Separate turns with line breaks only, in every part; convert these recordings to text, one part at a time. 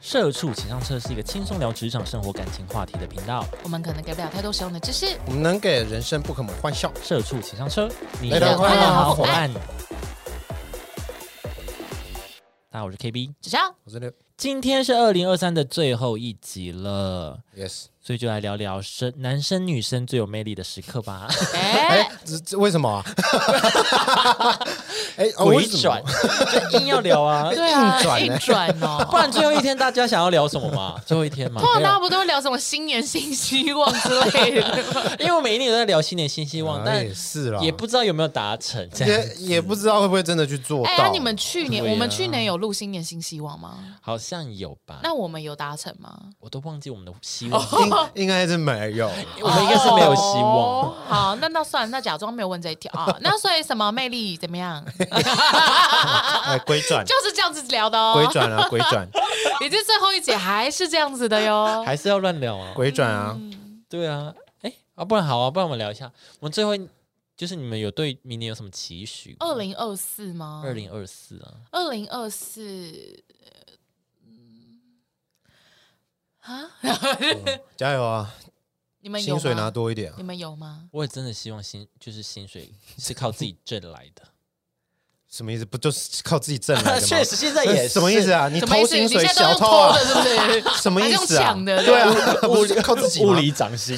社畜请上车是一个轻松聊职场、生活、感情话题的频道。
我们可能给不了太多实用的知识。
我们能给人生不可磨欢笑。
社畜请上车，你
来
的
到
快
快
乐
乐
好
好
伙
伙
伴。大家好，我是 KB，
只要
我真的
今天是二零二三的最后一集了，
yes，
所以就来聊聊生男生女生最有魅力的时刻吧。
哎、
哎，这这为 什么啊？哎，哦
回转，，就硬要聊啊，
对啊，
硬转呢
硬转
不
哦。
然最后一天大家想要聊什么嘛？最后一 天嘛
哦
通，常大家不都会聊什么新年新希望之类的吗？
因为我们一定有在聊新年新希
为什
望，
么啊
但
也是啦，
也不知道有没有达成。这样
也也不知道会不会真的去做
哎、
到。
那你们去年、
对啊
我们去年有录新年新希望吗？
好像有吧？
那我们有达成吗？
我都忘记我们的希
哦
望，
应应该是没有，
啊
我们应该是没有希望。
哦好，那那算了，那假装没有问这一条啊。那所以什么魅力怎么样？
哎，鬼转，
就是这样子聊的
鬼
哦，
转啊，鬼 转，
已经最后一节还是这样子的哟。
还是要乱聊啊？
鬼转啊！
嗯
对啊，哎、啊，不然好啊，不然我们聊一下。我们最后一就是你们有对明年有什么期许吗？
二零二四吗？
二零二四啊，
二零二四，呃嗯
加油啊，
啊你们有
薪水
吗
拿多一点啊
你！们有吗？
我也真的希望薪就是薪水是靠自己挣来的。
什么意思？不就是靠自己挣 来 的吗？
确实，现在也是
什么意思？啊？你
什么意
偷
思？
薪
你现
水
在都
小
用
偷
偷
啊
的，？是不是？
什么意
还是
思
用
啊？
抢的
对啊， 不是靠自己 吗
物理掌心，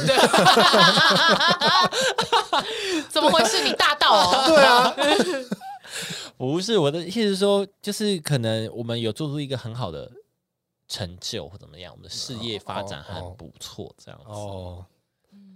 怎么回事？你大盗哦！
对啊，
不是我的意思是说，就是可能我们有做出一个很好的成就或怎么样，我们的事业发展还
哦哦
不错，这样子。
哦，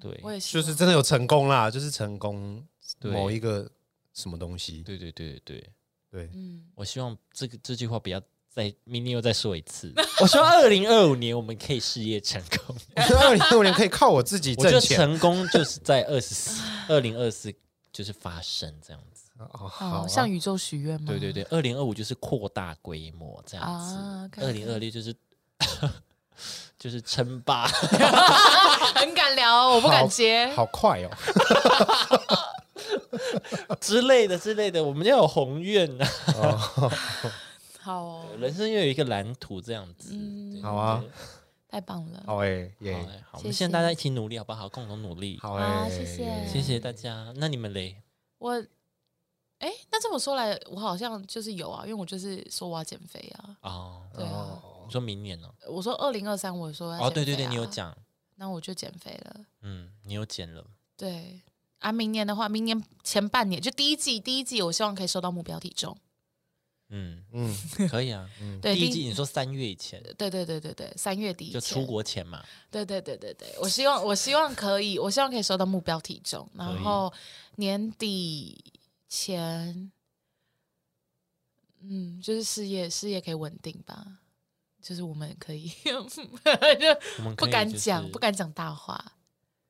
对，
我也希
就
望
是真的有成功啦，就是成功
对
某一个什么东西。
对对对对对。
对，
嗯，
我希望这个这句话不要再明年又再说一 次。我希望二零二五年我们可以事业成功。
我觉得二零二五年可以靠我自己
我觉得
挣钱。
成功就是在二十 四、二零二四就是发生这样子。
哦，好
哦
啊，
向宇宙许愿吗？
对对对，二零二五就是扩大规模这样
啊
子，
，OK，OK
二零二六就是 就是称霸。
很敢聊，哦我不敢接。
好 快哦，
之类的之类的，我们要有宏愿啊，
好哦，
人生要有一个蓝图这样子。
嗯
对
好啊，
太棒了！
好哎
对
耶
好，哎好，我
谢
们
谢
现在大家一起努力好不好？共同努力，
好
啊
哎，
谢谢
谢谢大家。那你们嘞？
我，哎，那这么说来，我好像就是有啊，因为我就是说我要减肥啊。
哦，
对啊，
你说明年哦呢？
我说二零二三，我说要
哦，对对
减
对，
肥啊
你有，讲，
那我就减肥了。
嗯，你有减了，
对啊，明年的话，明年前半年就第一季，第一季我希望可以收到目标体重。
嗯，
嗯，
可以啊。
对，
第一
第
季你说三月以前
对对对对对，三月底以
就
前
出国前嘛，
对对对对对，我希望我希望可以，我希望可以收到目标体重，
可以
然后年底前，嗯，就是事业事业可以稳定吧，就是我们可以 就
我嗯们可
不
以
敢
就是
讲、不敢讲 大话，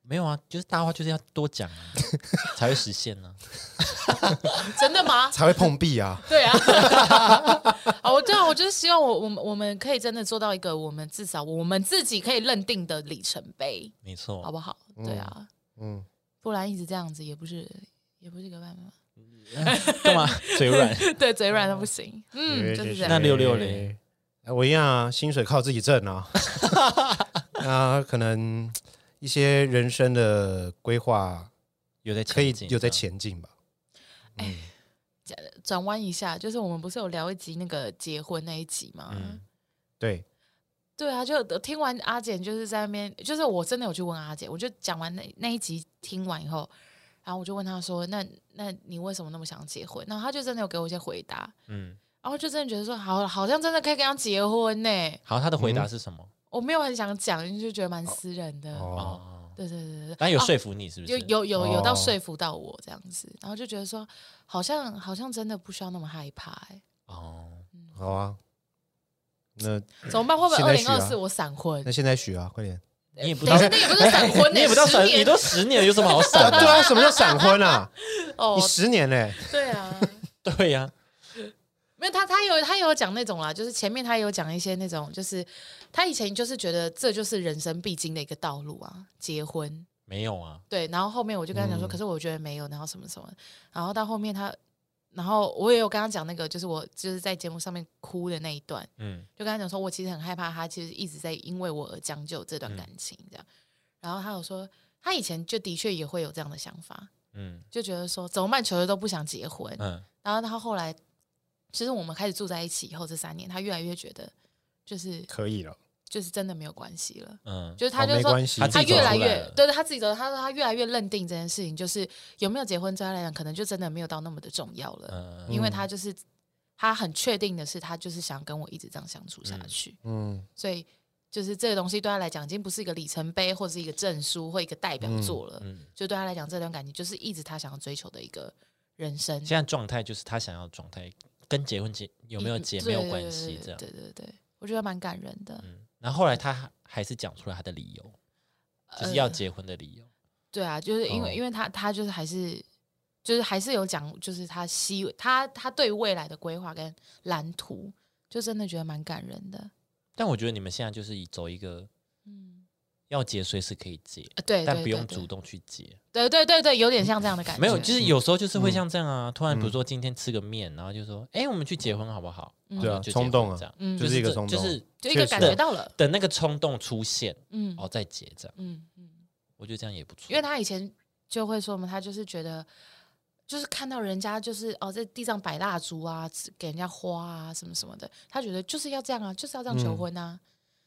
没有啊，就是大话就是要多讲 啊，才会实现呢。
真的吗？
才会碰壁啊，
对啊， 啊，我对啊，我就是希望我我们我们可以真的做到一个我们至少我们自己可以认定的里程碑，
没
好
错，
不好？对啊，
嗯，
不然一直这样子也不是也不是个办法。
干嘛嘴软？
对，嘴软的不行。嗯，就是这
那
样。
六六嘞
哎，我一样啊，薪水靠自己挣 啊，那可能一些人生的规划
有在
可以
前进啊
有在前进吧，
转弯一下，就是我们不是有聊一集那个结婚那一集吗？
嗯
对，
对啊，就听完阿简就是在那边，就是我真的有去问阿简，我就讲完那那一集听完以后，然后我就问他说：“那那你为什么那么想结婚？”然后他就真的有给我一些回答，
嗯，
然后就真的觉得说：“好，好像真的可以跟他结婚呢。
好，他的回
嗯
答是什么？”
我没有很想讲，因为就觉得蛮私人的。
哦，
哦，
对对对对对，
但有
啊
说服你是不是？
有有有有到
哦
说服到我这样子，然后就觉得说，好像好像真的不需要那么害怕、欸，
哦，
好啊，那
怎么办？会不会
现
二
在许
零
啊
二四我闪婚
那？现在许啊，快点。
你也不
等
到
一下，，那 也不是闪婚、欸，
你也不到
十
闪，
年
你都十年了，有什么 好闪
对
的？
啊，什么叫闪婚啊？
哦
你，十年嘞，
对啊，
对呀，
没有他他有他有讲那种啦，就是前面他有讲一些那种，就是他以前就是觉得这就是人生必经的一个道路啊，结婚。
没有啊，
对，然后后面我就跟他讲说，可是我觉得没有，然后什么什么，然后到后面他然后我也有跟他讲那个，就是我就是在节目上面哭的那一段，
嗯
就跟他讲说，我其实很害怕他，其实一直在因为我而将就这段感情这样。然后他有说，他以前就的确也会有这样的想法，
嗯
就觉得说怎么办，球球都不想结婚。
嗯
然后他后来，其实我们开始住在一起以后这三年，他越来越觉得，就是
可以了，
就是真的没有关系了。
嗯，
就是
好
他就
没
说，
关系，
他自
他
己走
越来
出来
越
了
对对，他自己走，他说他越来越认定这件事情，就是有没有结婚对他来讲，可能就真的没有到那么的重要了，
嗯
因为他就是他很确定的是，他就是想跟我一直这样相处下去，
嗯，
所以就是这个东西对他来讲，已经不是一个里程碑或者是一个证书或一个代表作了，
嗯，
就对他来讲，这段感情就是一直他想要追求的一个人生，
现在状态就是他想要的状态，跟结婚结有没有结没有关系，这样。
嗯对对对对对，我觉得蛮感人的，
嗯，然后后来他还还是讲出了他的理由，就是
呃
要结婚的理由。
对啊，就是因为、
哦
因为他他就是还是就是还是有讲，就是他希他他对未来的规划跟蓝图，就真的觉得蛮感人的。
但我觉得你们现在就是以走一个
嗯，
要结随时可以结，
呃对，
但
对
不用
对
主动去结。
对对对对，有点像这样的感觉。
没有，就是有时候就是会
嗯
像这样啊，突然比如说今天吃个面，然后就说，哎，我们去结婚好不好？
嗯
然后
对啊
就结
冲动
婚
啊
这样
嗯，
就是一个
这
冲动
就是
就一个
确实
感觉到了，
等那个冲动出现，
嗯
哦，再结这样。
嗯嗯，
我觉得这样也不错，
因为他以前就会说嘛，他就是觉得。就是看到人家就是哦，在地上摆蜡烛啊，给人家花啊，什么什么的，他觉得就是要这样啊，就是要这样求
嗯
婚啊。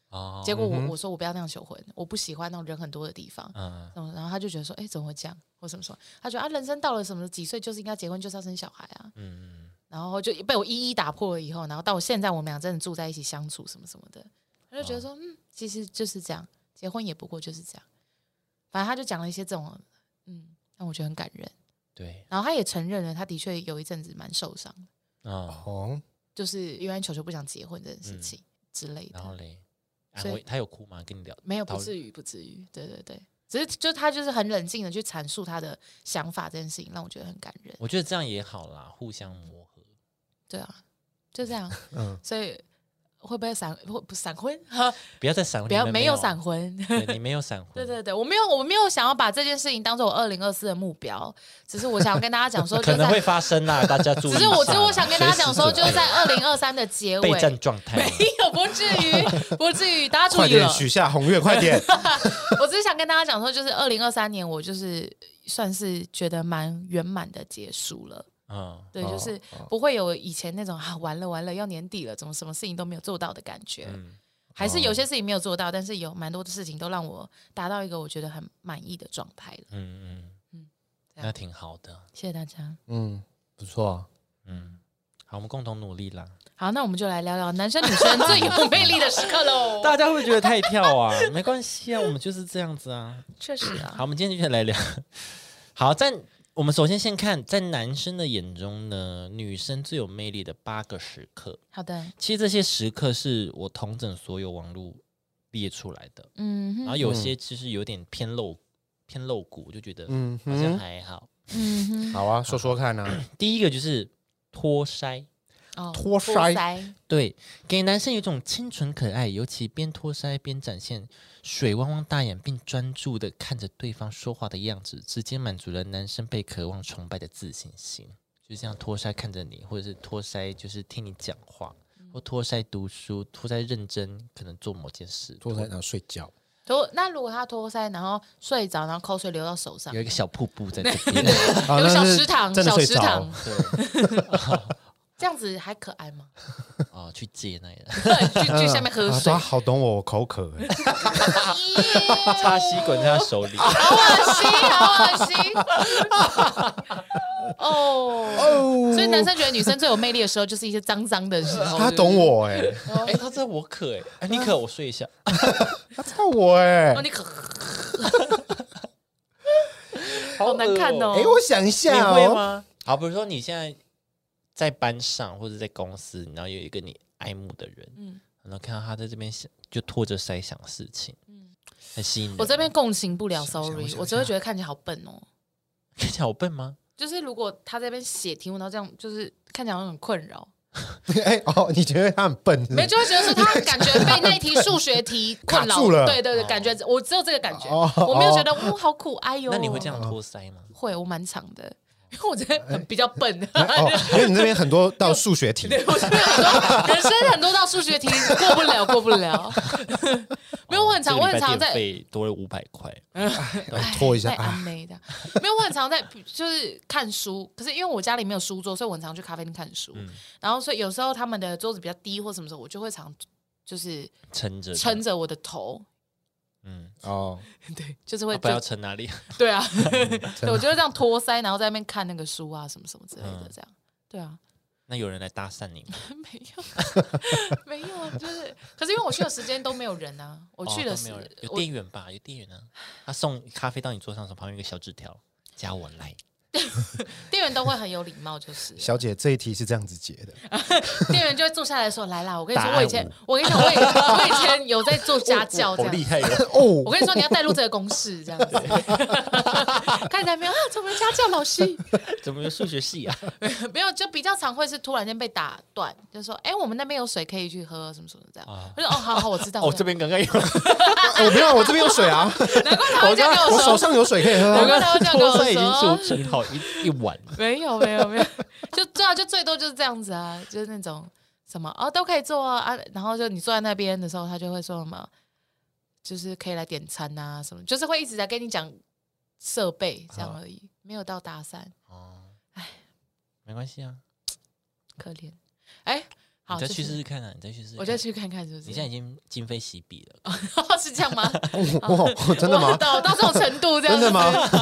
哦，
结果我、
嗯哼
我说我不要那样求婚，我不喜欢那种人很多的地方。
嗯，
嗯，然后他就觉得说，哎、怎么会这样？或什么什么？他觉得啊，人生到了什么几岁就是应该结婚，就是要生小孩啊。
嗯，
然后就被我一一打破了以后，然后到我现在我们俩真的住在一起相处什么什么的，他就觉得
哦
说，嗯，其实就是这样，结婚也不过就是这样。反正他就讲了一些这种，嗯，让我觉得很感人。
对，
然后他也承认了，他的确有一阵子蛮受伤的，
啊，
哦，
就是因为球球不想结婚这件事情之类的。
嗯然后嘞，
所
安
以
慰他有哭吗？跟你聊，
没有，
讨
不
论
至于，不至于。对对对，只是就他就是很冷静的去阐述他的想法，这件事情让我觉得很感人。
我觉得这样也好啦，互相磨合。
对啊，就这 样。
嗯，
所以会不会闪会不闪婚？
不要再闪婚，
不要
哦你们
没
没
有闪，婚。
对你没有闪婚，
对对对，我没有，我没有想要把这件事情当做我二零二四的目标，只是我想要跟大家讲说，就
可
是
能
在
会发生啦，大家注意一
只
下啦。
是我，只是我想跟大家讲说，
随
就
时准
是
备
在二零二三的结尾，
备战状态啦，
没 有不至于，不至于，大家注
快
意
点
了。
许下宏愿，快点，
我只是想跟大家讲说，就是二零二三年，我就是算是觉得蛮圆满的结束了。
嗯
对，就是不会有以前那种啊，完了完了，要年底了，怎么什么事情都没有做到的感觉。
嗯
还
哦
是有些事情没有做到，但是有蛮多的事情都让我达到一个我觉得很满意的状态了。
嗯嗯嗯
嗯，这样
那挺好的，
谢谢大家。
嗯，不错啊，
嗯，好，我们共同努力啦。
好，那我们就来聊聊男生女生最有魅力的时刻 喽。
大家会不会觉得太跳 啊？没关系啊，我们就是这样子啊。
确实
好，
啊，
我们今天就来聊。好，在我们首先先看，在男生的眼中呢，女生最有魅力的八个时刻。
好的，
其实这些时刻是我统整所有网络列出来的，
嗯
然
哼
后有些其实有点偏露偏露骨，我就觉得
嗯
好像
哼，
还好。
嗯哼，
好啊，说说看啊，
第一个就是托腮，
哦，
托
托
腮
腮，
对，给男生有一种清纯可爱，尤其边托腮边展现水汪汪大眼，并专注的看着对方说话的样子，直接满足了男生被渴望崇拜的自信心。就像托腮看着你，或者是托腮就是听你讲话，或托腮读书，托腮认真，可能做某件事，
坐在那睡觉，
托那如果他托腮，然后睡着，然后口水流到手上
有，一个小瀑布在这边。
啊
有个
那
小
是
食堂，
真的
小
睡
食
着啊
堂，，
对，
这样子还可爱吗？
哦，去接那 个
去去下面喝
啊
水
他，好懂我，我口渴欸，
插吸管在他手里。
好恶心，好恶心。 哦， 所以男生觉得女生最有魅力的时候，就是一些脏脏的时候。
他懂我哎，
哎、他知道我渴哎、哎你渴我睡一下。
他知道我哎
哦，，你可 好难看哦。
哎，我想一下
你会
哦，
吗？好，比如说你现在在班上或者在公司，然后有一个你爱慕的人，
嗯
然后看到他在这边想就拖着腮想事情，
嗯
很吸引人。
我 这边共情不了
想想我
，sorry，
想
我只会觉得看起来好笨哦。
看起来我笨吗？
就是如果他在那边写题目，然后这样，就是看起来好像很困扰，
哎哦，你觉得他很笨是不
没有
是？
就会觉得说他感觉被那一题数学题困
卡
扰
住了
对对对，感觉
哦
我只有这个感觉，
哦
我没有觉得哦好苦哎哟。
那你会这样拖腮吗？
会，我蛮长的。因为我真的很比较笨，
哦，因为你那边很 多道数学题，
哎对，我觉得很多人生很多道数学题过不了，过 不了。没有，我很常，
哦
这
我
个礼
很
拜电
常在
费多了五百块，
然后拖一下
哎
太哎安
啊，
慰的。没有，我很常在 就是看书，可是因为我家里没有书桌，所以我很常去咖啡厅看书。
嗯
然后所以有时候他们的桌子比较低或什么时候，我就会常就是
撑着的
撑，着我的头，
嗯，
哦，
对，就是会
啊不要
就
撑哪里？
对啊，对我就会这样托腮，然后在那边看那个书啊什么什么之类
嗯
的，这样。对啊，
那有人来搭讪你吗？
没有，没有啊，就是，可是因为我去的时间都没有人啊，我
我
去的
哦没
时
有人，有
我
店员吧？有店员啊，他送咖啡到你桌上的时候，旁边有一个小纸条，加我来。
店员都会很有礼貌，就是 了
小姐这一题是这样子解的，
店员就会坐下来说：“来啦，我跟你说，
答案
我以前，我跟你讲，我以我以前有在做家教这
好厉
样。
害哦！
我
哦，
跟你说，你要带入这个公式这样子。看起来没有啊？怎么有家教老师
怎么有数学系啊？
没有？就比较常会是突然间被打断，就说：哎，我们那边有水可以去喝，什么什么这样。我就说：哦，好好，我知道。
哦，这边刚刚有，
我没有，我这边有水啊，
难怪他会这样跟
我
我
手
说，
上有水可以喝
难
啊。
怪他会这样跟
桌
我
上已经是
说
我。盛好一一碗，
没有没有没有，就对啊，就最多就是这样子啊，就是那种什么哦都可以做啊，啊然后就你坐在那边的时候，他就会说什么，就是可以来点餐啊什么，就是会一直在跟你讲设备这样而已，没有到大三，
哦，哎，没关系啊，
可怜。哎，好，
你再去
就是
试试看啊，你再去试试看。
我再去看看是不是？
你现在已经今非昔比了，
是这样吗？
哇， 真的
哦哇
吗？
到到这种程 度这样
真的吗
子？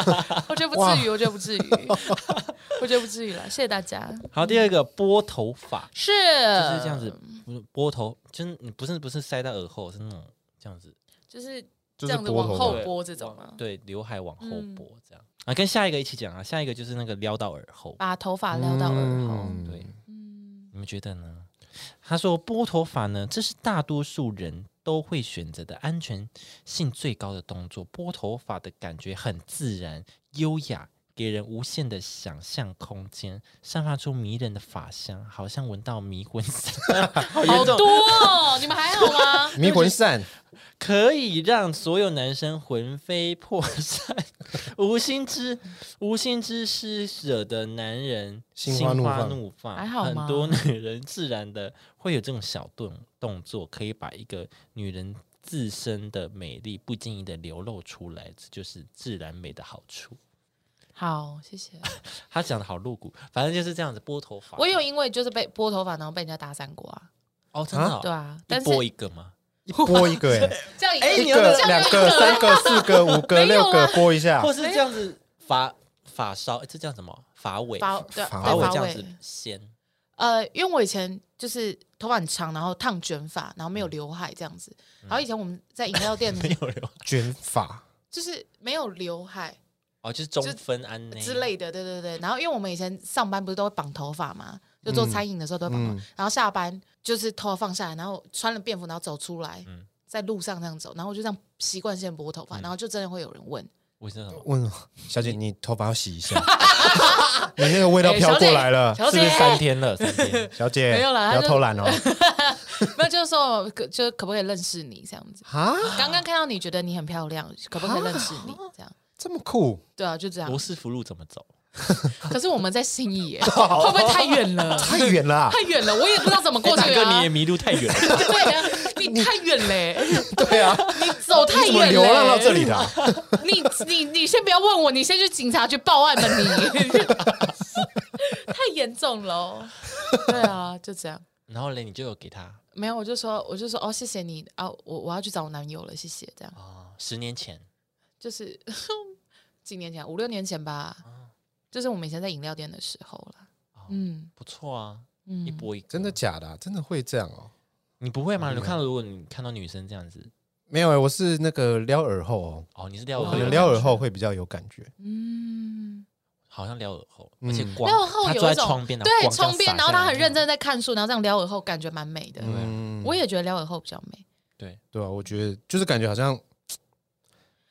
我觉得不至于，我觉得不至于， 我觉得不至于了，谢谢大家。
好，第二个拨头发，
是
就是这样子，不是拨头，就是你不是不是塞到耳后，是那种这样子，
就是这
就是
样子
拨
往
头
后
发
拨这种啊。
对，刘海往后
嗯
拨这样啊。跟下一个一起讲啊，下一个就是那个撩到耳后，
把头发撩到耳后。
嗯
对，
嗯，
你们觉得呢？他说拨头发呢，这是大多数人都会选择的安全性最高的动作。拨头发的感觉很自然、优雅，给人无限的想象空间，散发出迷人的发香，好像闻到迷魂散， 好
好
严重
多 哦，你们还好吗？
迷 魂散，
可以让所有男生魂飞魄散。 无心之无心之施舍的男人
心花怒放
怒放
还好
很
吗
多女人自然的会有这种小动动作，可以把一个女人自身的美丽不经意的流露出来，这就是自然美的好处。
好，谢谢。
他讲的好露骨，反正就是这样子拨头发。
我有因为就是被拨头发，然后被人家搭讪过啊，
哦，真的、哦
对啊，
一
但是
拨一个吗？
拨一 个哎，
这样
哎
也
你
一
要
个
这、样
两个、三个、四 个、五个、
没有
六
啊
个，拨一下
或。是这样子发发梢，诶这叫什么？发尾，
发对
发
发
对
尾
发
这样
尾
子，掀。
呃，因为我以前就是头发很长，然后烫卷发，然后
嗯
没有刘海这样子，然后以前我们在饮 料店
没有人
卷发，
就是没有刘海，
哦，就是中
就
分安内
之。类的，对对对。然后因为我们以前上班不是都会绑头发嘛，就
嗯
做餐饮的时候都会绑头发、然后下班就是头发放下来，然后穿了便服，然后走出来，
嗯
在路上这样走，然后我就这样习惯性拨头发、然后就真的会有人问，
为什么？
问小姐你头发要洗一下，你那个味道飘过来了，
哎小
是
姐
不是三天了？三 天
小姐
没有啦她
不要
就
偷懒 哦。
那就是说可就是可不可以认识你这样子？
啊，
刚刚看到你觉得你很漂亮，可不可以认识你这样？
这么酷，
对啊，就这样
罗。斯福路怎么走？
可是我们在信义 耶，会不会太远了？
太 远了啊。
太远了，我也不知道怎么过
哎
哎大
去
哥，
啊
你也！迷路太远了。
对啊，你太远嘞，
对 啊，
你走太
你怎么
远了。
流浪到这里 的啊？
你你你先不要问我，你先去警察局报案吧你，太严重了哦。对啊，就这样。
然后嘞，你就有给他
没有，我就说，我就说，哦，谢谢你啊，我我要去找我男友了，谢谢。这样
哦，十年前
就是 几年前，五六年前吧，
啊
就是我们以前在饮料店的时候啦。嗯
不错啊，哦一
嗯，
波一个
真的，假的啊？真的会这样哦？
你不会吗？你看到如果你看到女生这样子，
没有欸，我是那个撩耳后哦，
哦，你是撩
我
耳
可
后，
能撩耳后会比较有感觉。
嗯，
好像撩耳后，
嗯
而且光
撩耳后
他
有
坐在
一种
窗边，然后
对，
光这样
窗边，
洒
然后
下
他
来嗯
很认，真在看书，然后这样撩耳后，感觉蛮美的。
嗯，
我也觉得撩耳后比较美。
对，
对啊，我觉得就是感觉好像，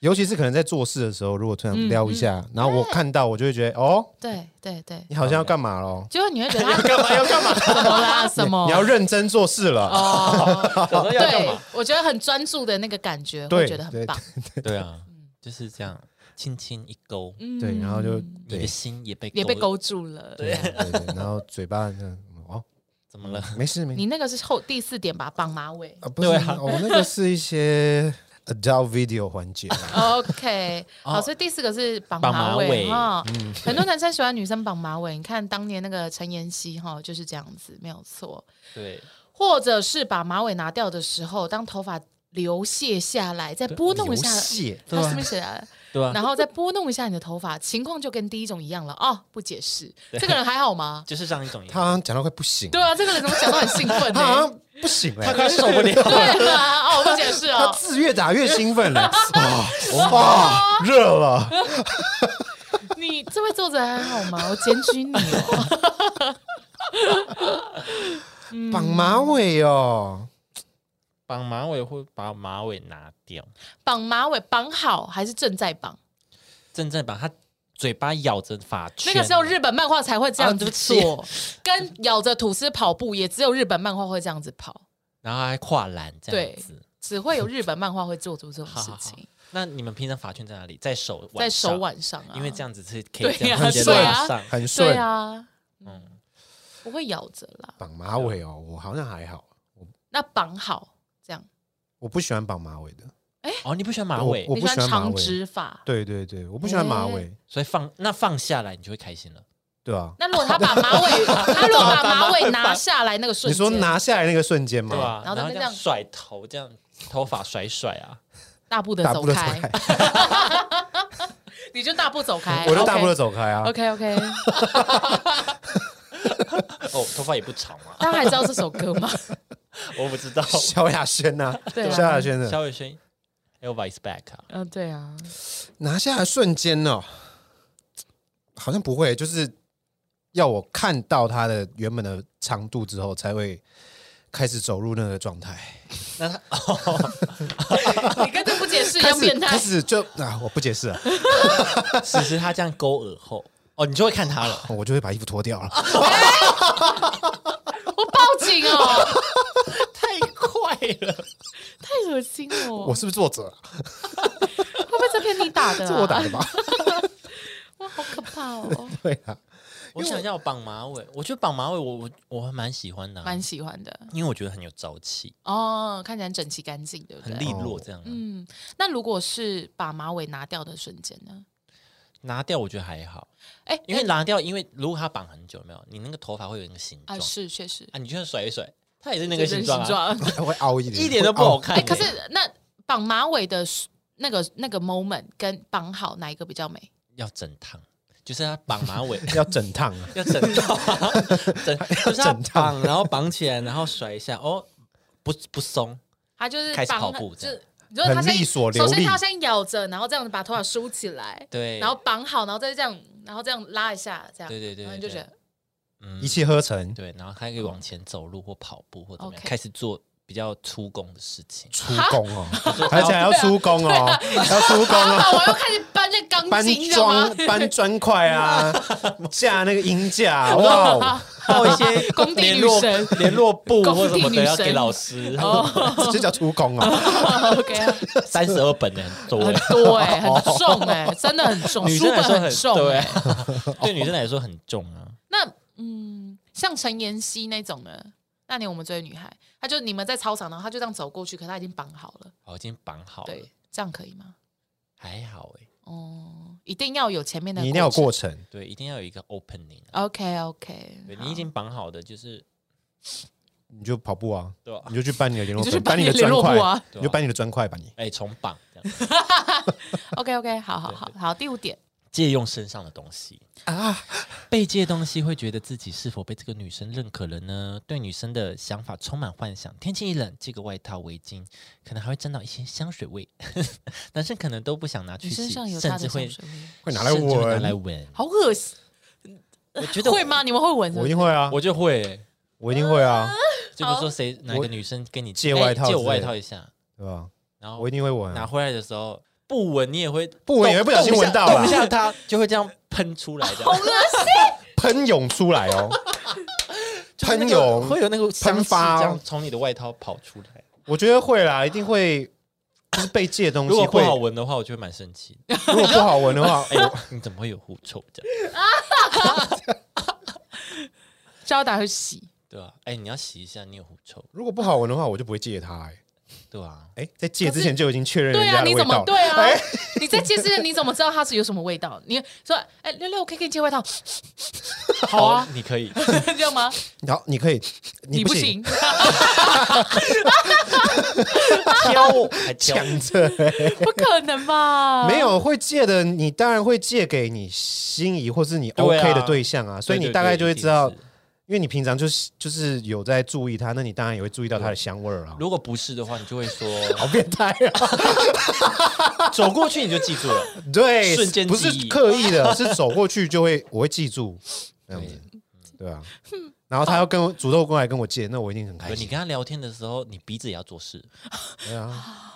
尤其是可能在做事的时候，如果
嗯
突然撩一下，然后我看到，我就会觉得哦，
对对对，
你好像要干嘛咯？
结果你会觉得他干 嘛要干嘛？什么啦？什么？
你要认真做事 了。
哦，
想说要干
对
嘛？，
我觉得很专注的那个感觉，
对
会觉得很棒。
对啊，就是这样。轻轻一勾，
嗯
对，然后就
你
对
的心也被
也被勾住了。
对对对，然后嘴巴呢，哦，
怎么
嗯
了？
没事没事
你那个是后第四点吧，绑马 尾。
啊，不是，
对啊
我那个是 一些 adult video 环节啊，
OK，好，
哦
所以第四个是绑
绑
马
马
尾
尾嗯
哈。很多男生喜欢女生绑马尾，你看当年那个陈妍希哈就是这样子，没有错。
对，
或者是把马尾拿掉的时候，当头发流泻下来，再拨弄一下
流，血
他是不是写啊来了？
对啊吧？
然后再拨弄一下你的头发，情况就跟第一种一样了哦，不解释，这个人还好吗？
就是上一种
他好像讲到快不行，
对，啊，这个人怎么讲都很兴奋、欸
他好
呢？
像不行
他
了，
快受不了了，
对啊，哦，不解释
他
哦。
字越打越兴 奋了，哇哇，热了，
你这位作者还好吗？我检举你哦。嗯
绑马尾哦，
绑马尾或把马尾拿掉，
绑马尾绑好还是正在绑？
正正把他嘴巴咬着发圈，
那个时候日本漫画才会这样
啊对
子
不起
做，跟咬着吐司跑步也只有日本漫画会这样子跑，
然后还跨栏这样
对
子。
只会有日本漫画会做出这种事
好好
情，
那你们平常发圈在哪里？在手腕
在手
上，
腕上啊，
因为这样子 是可
对
以这样
啊
直接
对
乱
啊
上。
很
对
顺，
啊，
嗯，
不会咬着啦。
绑马
啊
尾哦，我好像还好，
那绑好这样，
我不喜欢绑马尾的，
哦，你不喜欢马尾
我，
你
不喜欢马
长
尾
直发。
对对对，我不喜欢马
哎
尾，
所以放那放下来你就会开心了。
对啊，
那如果他把马尾，他如果把马尾拿下来那个瞬
你
间，
说拿下来那个瞬间吗？
对啊吧？
然后
然
在那
后
边
这
这样
样甩头，这样头发甩甩啊，
大步的
大
走
步的走
开，
开，
你就大步走开，
我就大步的走开啊！
OK OK，
哦，头发也不长嘛，
大家还知道这首歌 吗？
我不知道。
萧亚轩呐，
对啊
萧亚轩的
萧伟轩，Elva is back 啊，
嗯，对啊，
拿下来瞬间哦，好像不会，就是要我看到它的原本的长度之后，才会开始走入那个状态，
那他
你跟这不解释一
开
样
始
变
开
态。
始就啊，我不解释了，
此时他这样勾耳后，哦，你就会看他 了。
我就会把衣服脱掉了。
我报警哦，
太快了，
太恶心了！
我
会
是不是作者啊？
不会这篇你打的、啊？
是我打的吧？
哇，好可怕哦，
对啊，
我想要绑马尾，我觉得绑马尾我我我还蛮喜欢的啊、
蛮喜欢的
因为我觉得很有朝气，
哦，看起来很整齐干净，对不
很
对？
利落，这样、
嗯，那如果是把马尾拿掉的瞬间呢？
拿掉我觉得还好，
哎，
因为
哎
拿掉，因为如果他绑很久，有没有你那个头发会有那个形状
啊，是确实
啊你就算甩一甩，它也是那个形状、啊，
会凹一点，
一点都不好
看。
看、
哎、
欸
可是那绑马尾的那个那个 moment 跟绑好哪一个比较美？
要整烫，就是他绑马 尾
要整烫啊！
要整烫啊，整就是他
整烫
绑，然后绑起来，然后甩一下，哦，不不松，
他就是
开始
绑
跑
很
步
就
这样
是你说他先
很利索
首
流
先
利
他先咬着，然后这样子把头发梳起来，
对，
然后绑好，然后再这样，然后这样拉一下，这样，
对对对
然后你就
对
觉得
嗯
一气呵成，
对，然后他可以往前走路或跑步或怎么样，
OK
开始做比较出工的事情。
嗯
出工 哦，而且还要出工哦，要出工哦。
啊，我又开始搬那钢
搬
筋，你知道吗
砖？搬砖块啊，架那个鹰架，哇哦，
还有一些
工地
联
女
络
神
联络部
工
或什
地
么
女
的要给
神哦
老师，
这就叫出 工啊！
，OK，啊
三十二本的很多欸
很多哎，很重哎，真的很重，
女
书
生来
本
说
很
很
重
对
哎。
啊， 对女生来说很重啊。
那嗯，像陈妍希那种呢？那年我们追女孩，她就你们在操场，然后她就这样走过去，可她已经绑好了，
哦，已经绑好了
对，，这样可以吗？
还好哎，
哦，一定要有前面的，
你一定要有过。程，
对，一定要有一个 opening 啊。
OK OK，
对你已经绑好的就是
你就跑步啊，
对吧
你？就去搬你的联
你
络
就去
本，
搬
你的
你的联
砖
络簿啊
块，你就搬你的砖块吧，你
哎，重绑这样，
OK OK，好好好好，第五点，
借用身上的东西
啊，
被借东西会觉得自己是否被这个女生认可了呢？对女生的想法充满幻想。天气一冷，借个外套、围巾，可能还会沾到一些香水味。 男生可能都不想拿去
你身
洗，
上有她
甚
的
至
香
会
水味，
会拿来
甚至会拿来
闻，
闻。
好恶心，
我觉得
会？吗？你们会闻是
我
不
一
是？
定会啊，
我就会，
我一定会啊，
就比如说谁哪个女生跟你
借
哎
外套
借
之
我
类
外
的
套一下，
对吧？
然后
我一定会闻
拿
啊，
回来的时候不闻，你也会
不闻也会不小心闻到啊
了，
啦
不，像它就会这样喷出来的，
喷涌出来哦，
就是那
喷
个
涌
会有那个香
喷
气
发哦
这样从你的外套跑出来。
我觉得会啦，一定会，就是被借东
如
西
果不
会，
好闻的话，我就会蛮生 气的。
如果不好闻的 话，
哎，你怎么会有狐臭这样？
叫他去洗。
对吧、哎，你要洗一下，你有狐臭，
如果不好闻的话，我就不会借他、哎
对吧、
哎，在借之前就已经确认
对
人家
啊，
的
你
味
怎么
道。
对啊
哎？
你在街市你怎么知道它是有什么味道？你说，哎，六六，我可以给你借外套， 好
哦
啊，
你可以。
这样吗？
然后你可以，
你
不
不，行，
挑我，还挑
强着、 哎
不哦可能吧？
没有会借的，你当然会借给你心仪或是你
对啊
OK 的对象啊，所以你大概就会知。
对
道
对对一，定
因为你平常就是就是有在注意它，那你当然也会注意到它的香味儿啊
是。如果不是的话，你就会说
好变态啊！
走过去你就记住了。
对，
瞬间记忆
不是刻意的，是走过去就会，我会记住这样子，对啊。然后他要跟我主动过来跟我借，那我一定很开
对你
心。
跟他聊天的时候，你鼻子也要做事。
对啊，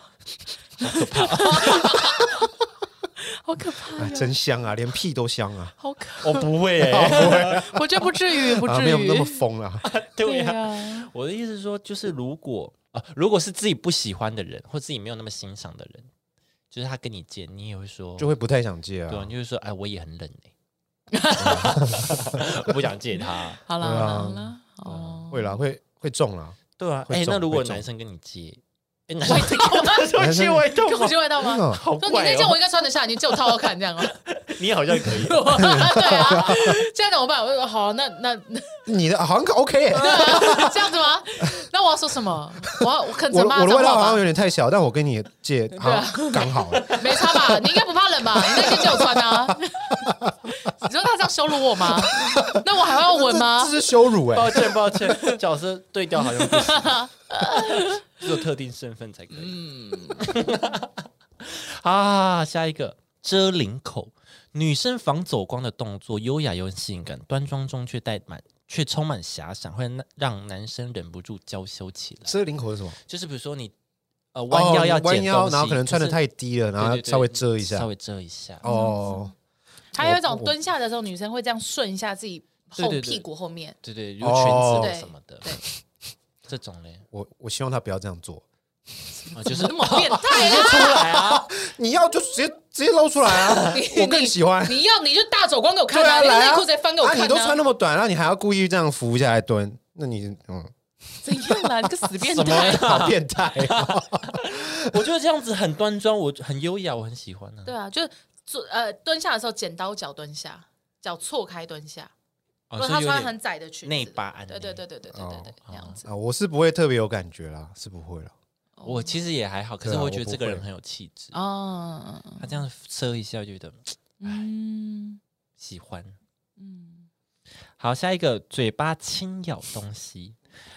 好可怕
哎
呀，
真香啊，连屁都香啊！
好可，
我不 会、欸，
我觉得不至于，不
啊，
至
没有
于
那，么疯 啊。
对
对呀、
呀，
我的意思是说，就是如果啊、如果是自己不喜欢的人，或自己没有那么欣赏的人，就是他跟你见，你也会说，
就会不太想借
对、啊，
啊
你。就会说，哎，我也很冷 哎、我不想见他。
好了
对啊
好了
嗯
好了，哦，
会啦，会会中啦。
对啊，
会
哎、
中
那如果
会中
男生跟你 借，哎、男生
男生
味道
就不就味道吗
真的？哦
好
说你
怪
那件我
哦，
应该穿得下，你借我套套看这 样哦。
你好像可以。
对啊，这样怎么办？我就说好，那那 那
你的好像 OK，欸
这样子吗？那我要说什么？我要我啃着
我的
妈
我的
脏
味道好
话
像
吧？
有点太小，但我跟你借好
啊
像 刚好。
没差吧？你应该不怕冷吧？你那件就有穿啊。 你说他这样羞辱我吗？那我还要闻吗
这？这是羞辱哎
抱！歉，抱歉，角色对调好像不行，只有特定身份才可以。
嗯
嗯
啊，下一个遮领口，女生防走光的动作优雅又性感，端庄中却带满却充满遐想，会让让男生忍不住娇羞起来。
遮领口是什么？
就是比如说你呃弯腰要
哦弯
捡东
腰，
西
然后可能穿的太低了，
可是
然后
对对对
稍微遮一下
稍。微遮一下。
哦，
还有一种蹲下的时候，女生会这样顺一下自己后
对对对
屁股后面。
对对，如裙子或
哦
对
什么的
对，
这种嘞，
我我希望他不要这样做。
啊就是
怎么那么变态啊！
出来啊，
你要就直接直接露出来啊！我更喜欢。
你要你就大走光给我看
对
啊！
啊，
你
来
内
啊！
裤直接翻给我
啊
看
你都穿那么短，那你还要故意这样俯下来蹲，那你嗯，
怎样啦？你个死变
什么
态！
好变态啊！
我觉得这样子很端庄，我很优雅，我很喜欢呢、
对啊，就是坐呃蹲下的时候，剪刀脚蹲下，脚错开蹲下。
啊。
如果
所
她
以有
穿
点
很窄的裙子，
内八哦安内
对对对对对对对对，那样子。
啊，我是不会特别有感觉啦，是不会啦。
我其实也还好，可
对
是
啊
我会觉得
我不
这个人
会
很有气质。
哦，
他这样遮一下，就觉得嗯
嗯
喜欢。
嗯，
好，下一个嘴巴轻咬东西，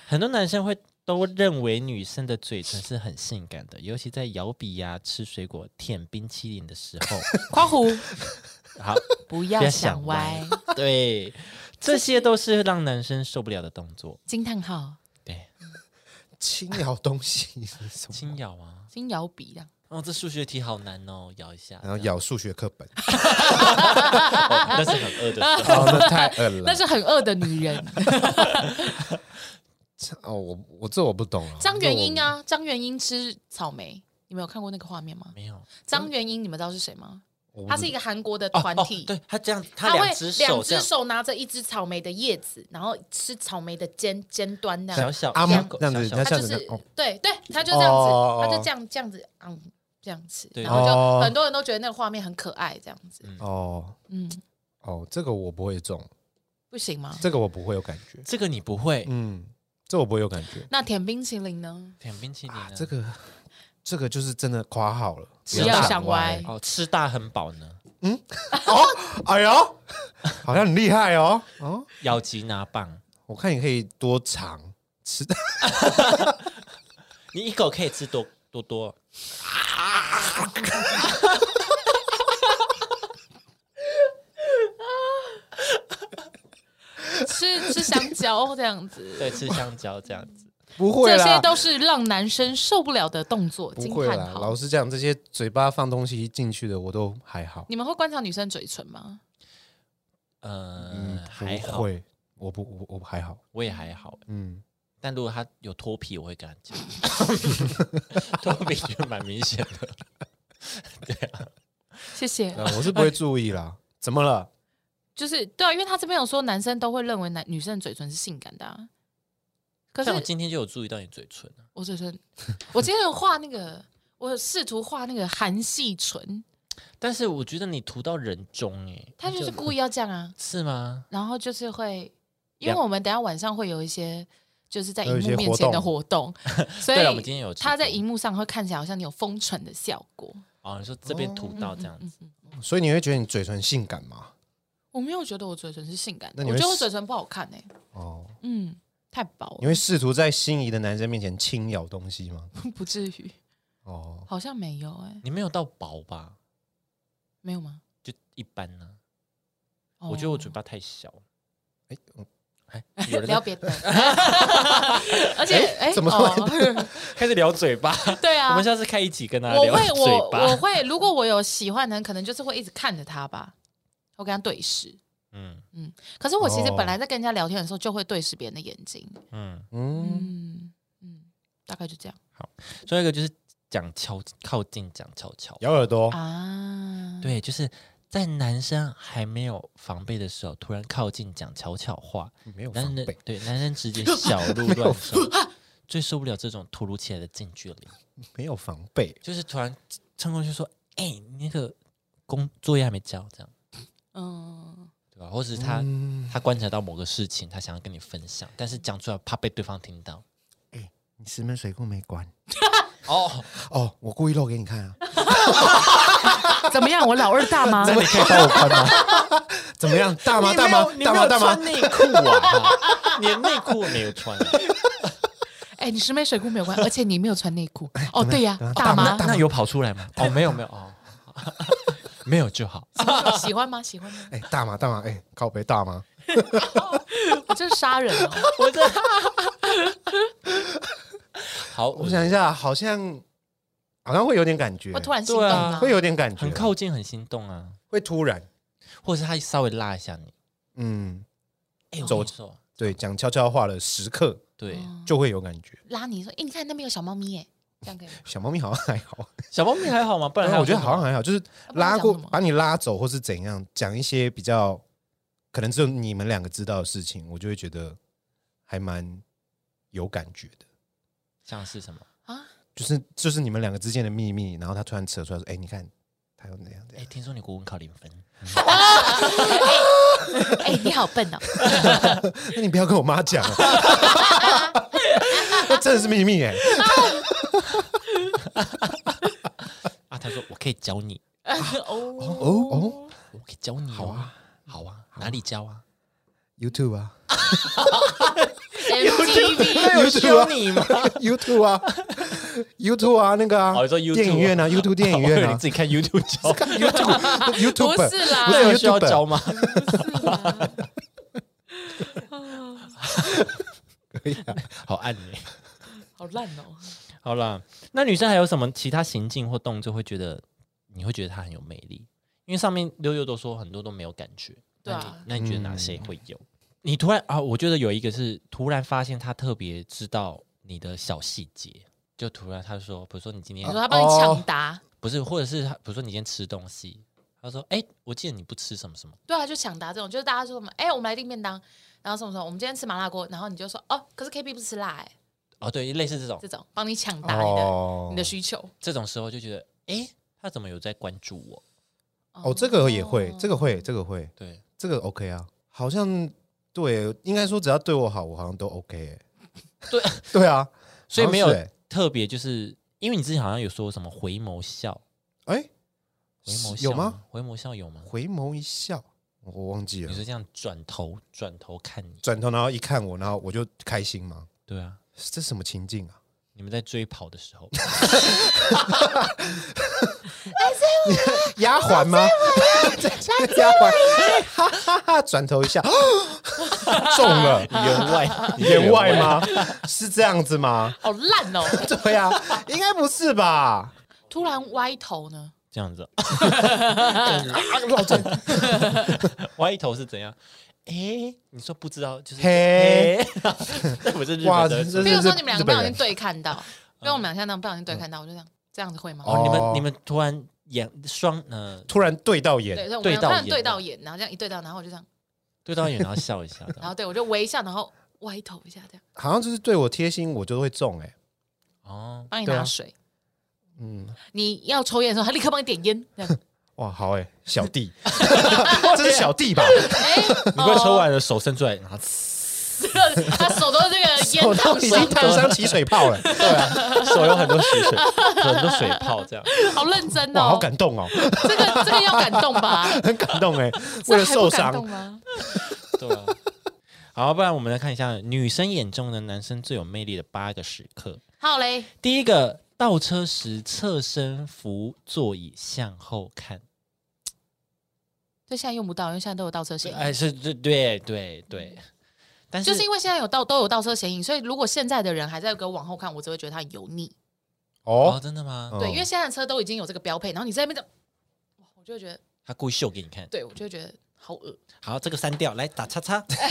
很多男生会都认为女生的嘴唇是很性感的，尤其在咬笔呀、吃水果、舔冰淇淋的时候。
夸虎，
好，
不
不
要
要
想
想
歪，
对，这些都是让男生受不了的动作。
惊叹号，
对，
轻咬东西 是什么？
轻咬啊，
金摇笔这样。
哦，这数学题好难哦，咬一下，
然后咬数学课 本，
哦那是很饿的事。
哦，那太 恶
那
了。
是很恶的女 人，
哦，我我这我不懂啊。
张元英
啊，
啊，张元英吃草莓，你们有看过那个画面吗？
没有，
张元英，你们知道是谁吗？
我
她是一
一
个韩国的 团体，
哦哦对他这样，
他会
两只
两
手这
只
样
手拿着一只草莓的叶子，然后吃草莓的尖尖端那
小
样，
小
阿姆
小狗
这样子
小小哎
人
他
家
狗
就
这
是
样子哦
对对，他就这样
哦
子，
哦哦
他就这样这样子，嗯，这样吃，
对
然后就
哦
很多人都觉得那个画面很可爱，这样子，
哦
嗯，
哦，这个我不会中，
不行吗？
这个我不会有感觉。
这个你不会
嗯，这我不会有感觉
那舔冰淇淋呢？
舔冰淇淋
啊
呢，
这个这个就是真的夸好了，
只
要
想歪
哦吃大很饱呢，
哦，哎呦，好像很厉害哦。哦，
咬吉拿棒，
我看你可以多长吃，
你一口可以吃多多多，
吃吃香蕉这样子，
对，吃香蕉这样子。
不会
这些
啦，
都是让男生受不了的动作，
不
惊
会
叹
啦。
号
老。实讲，这些嘴巴放东西进去的我都还好，
你们会观察女生嘴唇吗？
嗯
嗯，，
呃还
不
好，
会，我不我我还好，
我也还好。
嗯，
但如果他有脱皮，我会跟他讲，透明就蛮明显的。
谢谢。
呃我是不会注意 啦。哎怎么了？
就是对啊，因为他这边有说男生都会认为男女生的嘴唇是性感的、啊，可是
像我今天就有注意到你嘴唇啊
我嘴唇， 我今天有画那个，我有试图画那个韩系唇，
但是我觉得你涂到人中哎、欸，
他就是故意要这样啊，
是吗？
然后就是会，因
两
为我们等一下晚上会有一些就是在
有
荧幕
一些
面
活
前的
动
活 动，所
对了，我们今天
以
有
他在
赢
荧幕上会看起来好像你有封唇的效果。
哦，你说这边涂到这样
哦嗯
子，
所以你会觉得你嘴唇性感吗？
我没有觉得我嘴唇是性感的，
那你
我
会
觉得我
试
嘴唇不好看哎、
哦，
嗯，太薄
你
了，
会试图在心仪的男生面前轻咬东西吗？
不至于，
哦，
好像没有哎、
你没有到薄吧？
没有吗？
就一般呢、
哦
我觉得我嘴巴太小。
哎嗯
哎，有人
聊
在
别的， 而且哎，
怎么
哦
开始聊嘴巴，
对啊，
我们下次开一集跟大家
我
聊
会
嘴
我我
巴。
会，如果我有喜欢的人，可能就是会一直看着他吧，我跟他对视。
嗯
可是我其实
哦
本来在跟人家聊天的时候，就会对视别人的眼睛。
嗯，
嗯，
嗯嗯，大概就这样
最后一个就是讲悄靠近讲悄悄，
嗯
咬耳朵，
啊。
对，就是在男生还没有防备的时候，突然靠近讲悄悄话，
没有
男
防
人
备，
对男人 直接小鹿乱撞，最受不了这种突如其来的近距离，
没有防备，
就是突然冲过去说：“哎、你那个工作业还没交，这样
嗯，
对吧？”或者是他、
嗯
他观察到某个事情，他想要跟你分享，但是讲出来怕被对方听到。
你石门水库没关
哦，
哦，我故意露给你 看啊，
怎么样？我老二大吗？
啊 那你可以帮我关吗？ 怎么样，大妈大妈大妈大妈，
内裤啊，你的内裤没有 穿，啊
哎，你是没水库没有关，而且你没有穿内裤。哦，对呀
怎么，样
大妈
那那有跑出来吗？ 哦，没有没有哦，没有就好。
喜欢吗？喜欢吗？
哎，大妈大妈，哎，靠北大妈，
我这是杀人哦。
我这 好，
我想一下，好像好像会有点感觉
我，突然心动
对啊
了哦
会。有点感觉，
很靠近，很心动啊，
会突然，
或者是他稍微拉一下你，
嗯，
哎、我
走
跟你说
对，讲悄悄话的时刻
对，
哦
就会有感觉。
拉你说，哎，你看那边有小猫咪，哎，这样可以吗？
小猫咪好像还好，
小猫咪还好吗？不然还
但是
有
我觉得
什
好
么
像还好，就是
啊不然
拉
讲
过
什么
把你拉走，或是怎样，讲一些比较可能只有你们两个知道的事情，我就会觉得还蛮有感觉的。
像是什么？
啊，
就是就是你们两个之间的秘密，然后他突然扯出来说：“哎、你看他又那样
哎、
的。
听说你国文考零分，
哎，你好笨哦。
那你不要跟我妈讲、啊，那 真的是秘密哎、
啊？他说我可以教你，
哦
哦哦
我可以教你、好啊，好啊，哪里教啊？
，YouTube 啊
哎，MTV
他有
，YouTube
教
啊
你吗？
，YouTube 啊，YouTube 啊，那个啊，
哦你说 YouTube 哦
电影院啊，YouTube 电影院
我以为
啊
你自己看 YouTube 教，
，YouTube，YouTube
不是啦
不
那
是
有需要
YouTube
教吗？
可以啊。
好暗哎、
好烂哦。
好啦，那女生还有什么其他行径或动作会觉得你会觉得她很有魅力？因为上面六六都说很多都没有感觉，
对啊
那你那你觉得哪些会有？你突然啊，我觉得有一个是突然发现她特别知道你的小细节，就突然她说，比如说你今
哦
天、
你说他帮你抢答，
不是，或者是她比如说你今天吃东西，她说哎、我记得你不吃什么什么，
对啊，就抢答这种，就是大家说什么，哎、我们来订便当，然后什么什么，我们今天吃麻辣锅，然后你就说，哦，可是 KB 不吃辣、哎，
哦对，类似这种
这种帮你抢答你的、
哦
你的需求。
这种时候就觉得哎、她怎么有在关注我？
哦，这个也会，这个会，这个会，
对，
这个 OK 啊，好像对，应该说只要对我好，我好像都 OK 欸、
对
对啊，
所以没有
好像是欸
特别就是因为你之前好像有说什么回眸笑。
哎、
回眸
有
笑
吗？？
回眸笑有吗？
回眸一笑，我我忘记
你
了
是。这样转头转头看你，
转头然后一看我，然后我就开心吗？
对啊，
这什么情 境啊？
你们在追跑的时 候，
丫鬟吗？在 丫鬟，哈哈哈！转头一下， 中了，
员外
言外？吗？是这样 子吗？
好烂哦，
对啊，应该不是吧？
突然歪头呢？
这样子，
啊老郑，
歪头是怎样？哎，你说不知道就是
嘿
嘿，那不是日
哇
本的
这
俗
是
比
语，
如说你们两个
日
不
本
小
人
心对看到，因为我们俩现在那样不小心对看到，我就这样这样子会吗？
哦，你
哦
们你们突然眼双呃
突然对到眼，
对，所以我
对
们
到
俩
眼
对
了
到眼，然后这样一对到，然后我就这样，
对到眼，然后笑一下，这
嗯
然
样
后对我就微笑，然后歪头一下这样，
好像就是对我贴心，我就会中哎、
哦，
帮你
对啊
拿水。
嗯，
你要抽烟的时候，他立刻帮你点烟。这 样
哇，好哎、小弟，这是小弟吧？
哎，
你快
啊
抽完了，手伸出来，然后呲
他手都是这个烟
我都
烫
已经
伤
烫伤起水泡了，对啊，
手有很多水水，很多水泡这样。
好认真
哇，
哦
好，感动哦，
这个这个要感动吧？
很感动哎、
这
为了
还
受
不感
伤
动，吗？
对啊。好，不然我们来看一下女生眼中的男生最有魅力的八个时刻。
好嘞，
第一个，倒车时侧身扶座椅向后看，
这现在用不到，因为现在都有倒车嫌疑。
哎，是，对，对，对，对。但是
就是因为现在有倒都有倒车嫌疑，所以如果现在的人还在给我往后看，我只会觉得他很油腻。
哦，
哦，
真的吗？
嗯
对，因为现在的车都已经有这个标配，然后你在那边的，哇，我就会觉得，
他故意秀给你看。
对我就会觉得好恶。
好，这个删掉，来打叉叉。
哎、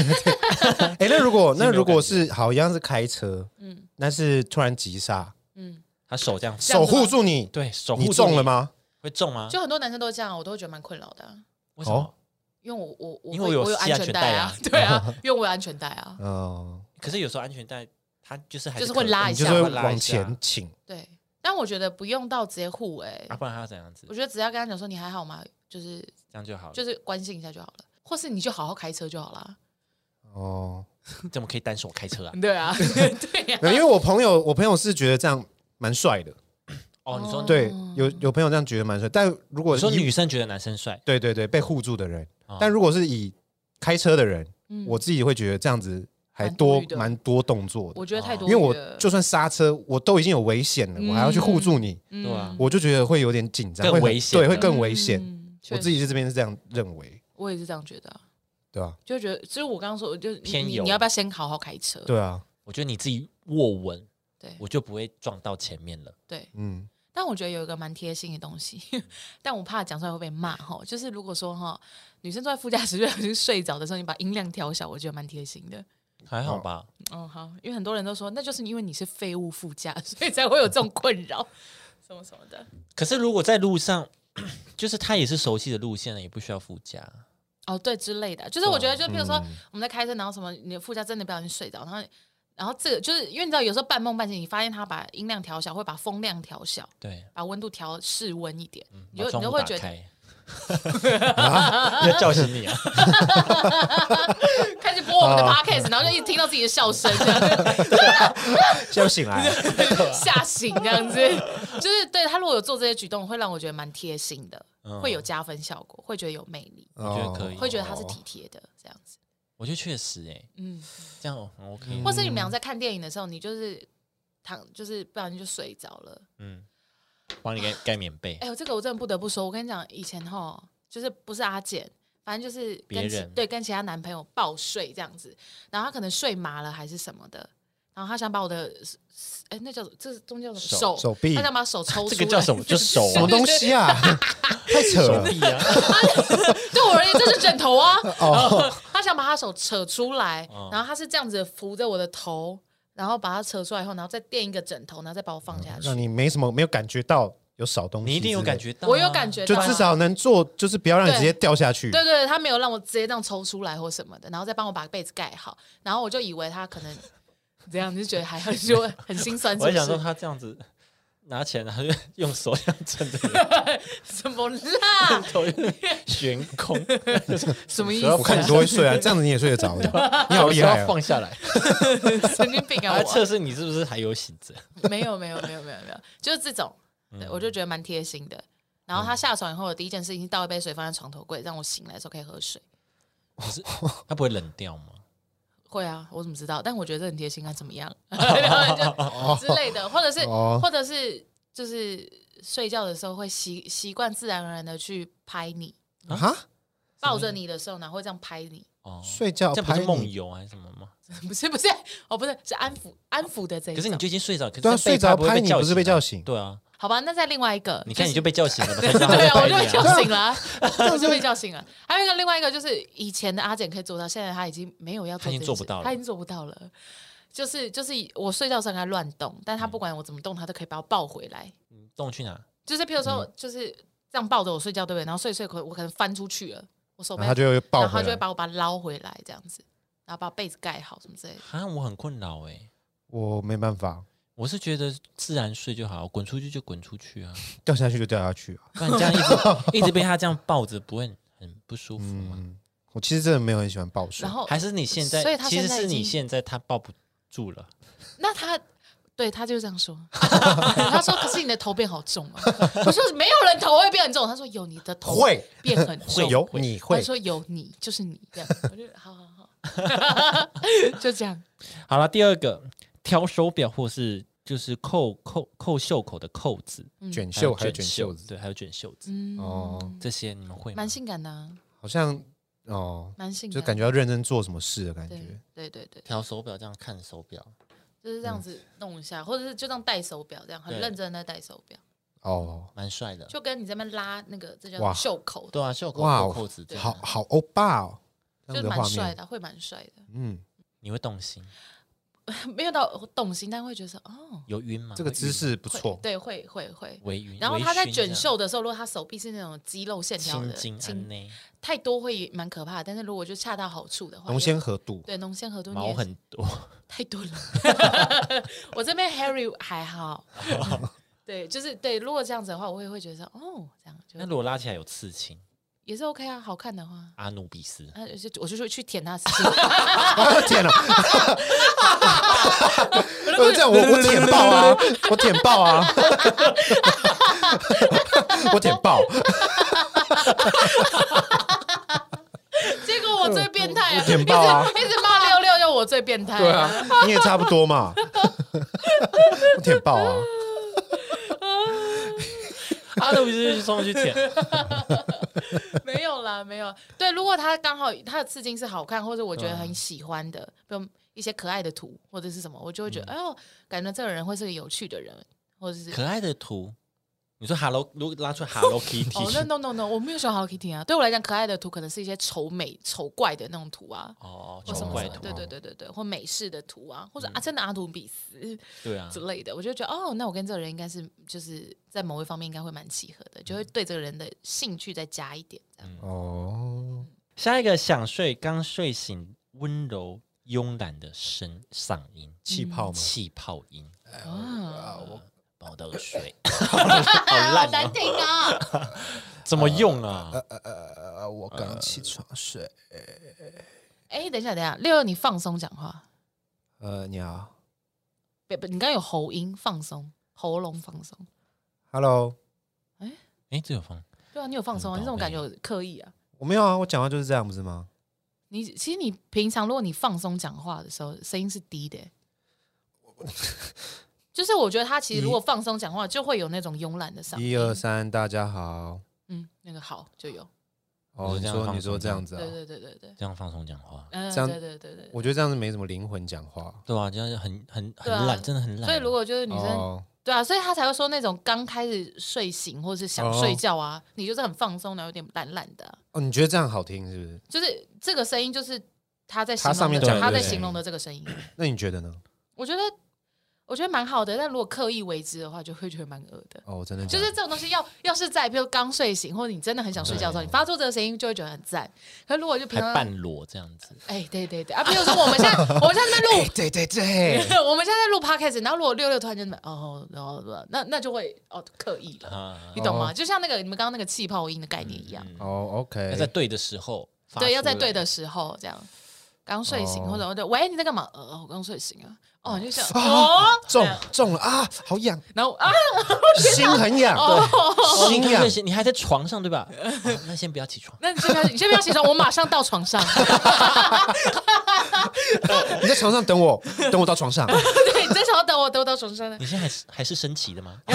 那如果
是没
那
有
如果
感觉
是好一样是开车，
嗯
但是突然急刹，
嗯，
他手这样，
这样
守
子吗
护住你，
对手护
你
住
中了？吗？
会中吗？
就很多男生都这样，我都会觉得蛮困扰的啊、
为什么
哦？
因为我我我
因为
会
我有
我有
系
安
安
全
全
带
带
啊
啊，
对啊，因为我有安全带啊，
嗯，
可是有时候安全带它就是还
就是
可
会拉一
你
下
就
就是是
会
会拉一
往
下
前倾，
对。但我觉得不用到直接护哎、
啊，不然他要怎样子
我？觉得只要跟他讲说你还好吗，就是
这样就好了。
就是关心一下就好了，或是你就好好开车就好啦。
哦，
你怎么可以单手开车啊？
对啊， 对啊，
没有因为我朋友，我朋友是觉得这样蛮帅的，
哦，你说
对，有有朋友这样觉得蛮帅，但如果
你说
以
女生觉得男生帅，
对对对，被护住的人。
哦
但如果是以开车的人，
嗯
我自己会觉得这样子还
蛮多
多
余的
蛮多动作的
我，觉得太多
因
余
为我
了
就算刹车，我都已经有危险了，我还要去护住你，
嗯
对啊
我就觉得会有点紧张，
更
会很
危险
对，会
了
更危险。
嗯
我
确
自
实
己是这边是这样认为，
我也是这样觉得啊、
对吧？
就觉得就是我刚刚说，就是你
偏
你
油
你要不要先好好开车？
对啊，
我觉得你自己握稳，
对
我就不会撞到前面了。
对
嗯，
但我觉得有一个蛮贴心的东西， 但我怕讲出来会被骂哈。就是如果说哈，女生坐在副驾驶就 已经睡着的时候，你把音量调小，我觉得蛮贴心的。
还
哦
好吧？
嗯，好，因为很多人都说那就是因为你是废物副驾， 所以才会有这种困扰， 什么什么的。
可是如果在路上， 就是他也是熟悉的路线了，也不需要副驾。
哦，对之类的，就是我觉得，就比如说
嗯
我们在开车，然后什么，你的副驾真的不小心睡着，然后，然后这个就是因为你知道，有时候半梦半醒，你发现他把音量调小，会把风量调小，
对，
把温度调 室温一点，你
嗯把
就你
窗
就
户
会
打
觉得
开。 要叫醒你啊！
开始播 我们的 podcast，然后就一直听到自己的笑声，这样
现在醒来了，
吓醒这样子，就是对他如果有做这些举动，会让我觉得蛮贴心的，
嗯
会有加分效果，会觉得有魅力，
我
我觉得可以
哦
会觉得他是体贴的这样子，
我觉得确实哎，
嗯。
这样哦很 OK。
或是你们俩在看电影的时候，你就是躺，就是不然就睡着了。
嗯，帮你盖盖棉被
哎、，呦，这个我真的不得不说，我跟你讲，以前哈，就是不是阿简，反正就是
别
跟其
人
对跟其他男朋友抱睡这样子，然后他可能睡麻了还是什么的，然后他想把我的，哎、那叫这是中间叫什么
手
手臂
他想把手抽出来，
这个叫什 么？就手
什么
啊，
东西啊？ 太扯
手
了，
臂啊。
对我而言，这是枕 头啊。
哦
他想把他手扯出来，
哦
然后他是这样子扶着我的头，然后把它扯出来以后，然后再垫一个枕头，然后再把我放下去。
让你没什么没有感觉到有少东 西，
你一定有感，觉到啊，
我有感觉
就
到啊
至少能做，就是不要让你
对
直接掉下去。
对对，对他没有让我直接这样抽出来或什么的，然后再帮我把被子盖好，然后我就以为 他可能这样，就觉得还很就很心酸，是
我
不
还想说
是？
他这样子拿钱，然后 就用手这样撑着你，
什么啦？
头有点悬空，
什么意
我看你
思、
都会睡啊，这样子你也睡得着的，你好厉害
要
哦！
放下 来，
啊？ 神经病啊！
来测
我
试你是不是还有醒着。
没有没有没有没有没有，就是这种，对我就觉得蛮贴心的。然后他下床以后，我第一件事情是倒一杯水放在床头柜，让我醒来的时候可以喝水。
可是他不会冷掉吗？
会啊，我怎么知道？但我觉得这很贴心啊，怎么 样？ 然
哦
后就之类的，或者是，
哦
或者是，就是睡觉的时候会习习惯自然而然的去拍你，
啊，
抱着你的时候，然后会这样拍你，
哦，
睡觉
这不
拍
是
你
梦游还是什么吗？
不是不是，哦不是，是安抚安抚的这一
可
种。
是你就已经睡着，可是
对啊
但被
睡着
不会
拍
被
你
叫
不是
醒
被
啊
叫醒
对啊，
好吧，那再另外一个，
你看你
就是
就被叫 醒了吧，对
对啊，
啊
我就被叫醒了啊，我就被叫醒了。还有一个另外一个就是以前的阿简可以做到，现在他已经没有要做
他已经
这件
做
事
不到了
他已经做不到了。就是就是我睡觉的时候给它乱动，但它
嗯
不管我怎么动，它都可以把我抱回来。
动去哪？
就是譬如说，
嗯
就是这样抱着我睡觉，对不对？然后睡一睡可我可能翻出去了，我手
然
被，
后他就会
然
抱
后它
回
就会
来。
把我把它捞回来这样子，然后把被子盖好什么之类的。
啊，我很困扰哎、
我没办法，
我是觉得自然睡就好，滚出去就滚出去啊，
掉下去就掉下去啊。
不然这样一 直一直被他这样抱着，不会很很不舒服吗？
嗯，我其实真的没有很喜欢抱睡
然，后
还是你现在，
哦所以他
其
现
实
在已
是你
经
现在他抱不住了，
那他对他就这样说， 他说：“可是你的头变好重啊。”我说：“没有人头会变很重。”他说：“有你的头
会
变很重。”
有你
他
会
说：“有你就是你这样。”我就好好好， 就这样。
好了，第二个挑手表或是就是扣扣扣袖口的扣子，
卷
还有
袖还有卷袖子，
对，还有卷袖子，
嗯，
哦
这些你们会吗
蛮？性感的、啊，
好像哦，
蛮性
就
感的，
感觉要认真做什么事的感
对
觉。
对对对，
挑手表这样看手表，
就是这样子弄一下，或者是就这样戴手表，这样很
嗯对
认真的戴手表，
哦，
蛮帅的。
就跟你这边拉那个这叫
哇
袖口，
对啊，袖口
哇
扣
哦
扣子这样
好
啊，
好欧巴哦，这
就
样的画
蛮帅
面，
的，会蛮帅的，
嗯，
你会动心？
没有到动心，但会觉得说哦，
有晕吗？
这个
会晕
姿势不
会
错。
对，会会会。
微晕。
然后
微
他在
醺这
卷
样，
袖的时候，如果他手臂是那种肌肉线条
青
的，
筋
筋
安内，
太多会蛮可怕的。但是如果就恰到好处的话，
浓鲜合度，
对浓鲜合度
毛
你也
很多。
太多了。 我这边 Harry 还 好，对，就是对。如果这样子的话，我也会觉得说哦，这样
那
就
如果拉起来有刺青，
也是 OK 啊，好看的话。
阿努比 斯
啊，就我就说去舔他刺青，
啊 天哪！我这样我我舔 爆啊！我舔爆啊！我舔爆！
结果我最变态啊，
我舔爆啊
一直一直骂六六，就我最变态，
对啊，你也差不多嘛。我舔爆啊！
阿努比斯就冲过去舔，
没有啦，没有。对，如果他刚好他的刺青是好看，或者我觉得很喜欢的，比如一些可爱的图或者是什么，我就会觉
嗯
得，哎呦，感觉这个人会是个有趣的人，或者是
可爱的图。你说 Hello，如果拉出 Hello Kitty，
哦，那 no no no，我没有喜欢 Hello Kitty 啊。对我来讲，可爱的图可能是一些丑美、丑怪的那种图啊，
哦，
或
丑
什么
怪
什么，
图，
对对对对对，或美式的图啊，
嗯
或者啊，真的阿努比斯
对啊
之，类的，我就觉得哦，那我跟这个人应该是就是在某一方面应该会蛮契合的，就
嗯
会对这个人的兴趣再加一点这样。
哦，
下一个想睡刚睡醒，温柔慵懒的声嗓音，
气
嗯
泡哦嘛，
气泡音，呃
啊，
帮我倒个 水，
好
哦烂
难
哦
听啊！
怎么用啊？
呃，我刚起床睡。
哎，等一下，等一下，六六，你放松讲话，
呃，你好
别不，你刚刚有喉音，放松，喉咙放松。
，Hello，
哎，这有放
对啊，你有放松啊？
很欸
你怎么感
宝
觉有刻意啊？
我没有啊，我讲话就是这样，不是吗？
你其实你平常如果你放松讲话的时候，声音是低的欸、就是我觉得他其实如果放松讲话，就会有那种慵懒的嗓音。
一二，三，大家好。
嗯，那个好就有。
我
哦，
是
你
这样
说
放
你说
松
这样子啊
对？对对对对，
这样放松讲话，
嗯，
这样
对对对对对。
我觉得这样子没什么灵魂讲话。
对啊，这样就很很很
对啊
懒，真的很懒。
所以如果就是女生，
哦，
对啊，所以她才会说那种刚开始睡醒或者是想睡觉啊，你就是很放松的，有点懒懒的啊、
哦，你觉得这样好听是不是？
就是这个声音就是她在
她
形
上
容
面
的，
讲的
她
这
在
个声
形容
音
的这个声音，
那你觉得呢？
我觉得我觉得蛮好的，但如果刻意为之的话，就会觉得蛮恶的。
哦，真的假
就
的
是这种东西要，要是在比如刚睡醒，或者你真的很想睡觉的时候，你发出这个声音就会觉得很赞。可是如果就平
还
常，
半裸这样子，
哎，对对对啊，比如说我们现在，我们现在在录，
哎对对对，
我们现在在录 podcast，然后如果六六突然就怎么，哦，然后那那就会哦刻意了，
啊，
你懂吗？就像那个你们刚刚那个气泡音的概念一样，
要
哦
在
，OK，
对的时候嗯发出来，
对，要在对的时候这样。刚睡醒，
哦
或者我就喂你在干嘛？呃，我刚睡醒啊。哦，你 就想哦，
中
对啊
中了啊，好痒，
然后啊，
心很痒，
哦，你
心
刚
痒
睡，醒，你还在床上对吧？哦那先不要起床，
那你先不要， 你先不要起床，我马上到床上。
你在床上等我，等我到床上，
对，你在床上等我，等我到床上。
你现在还是还是升旗的 吗？哦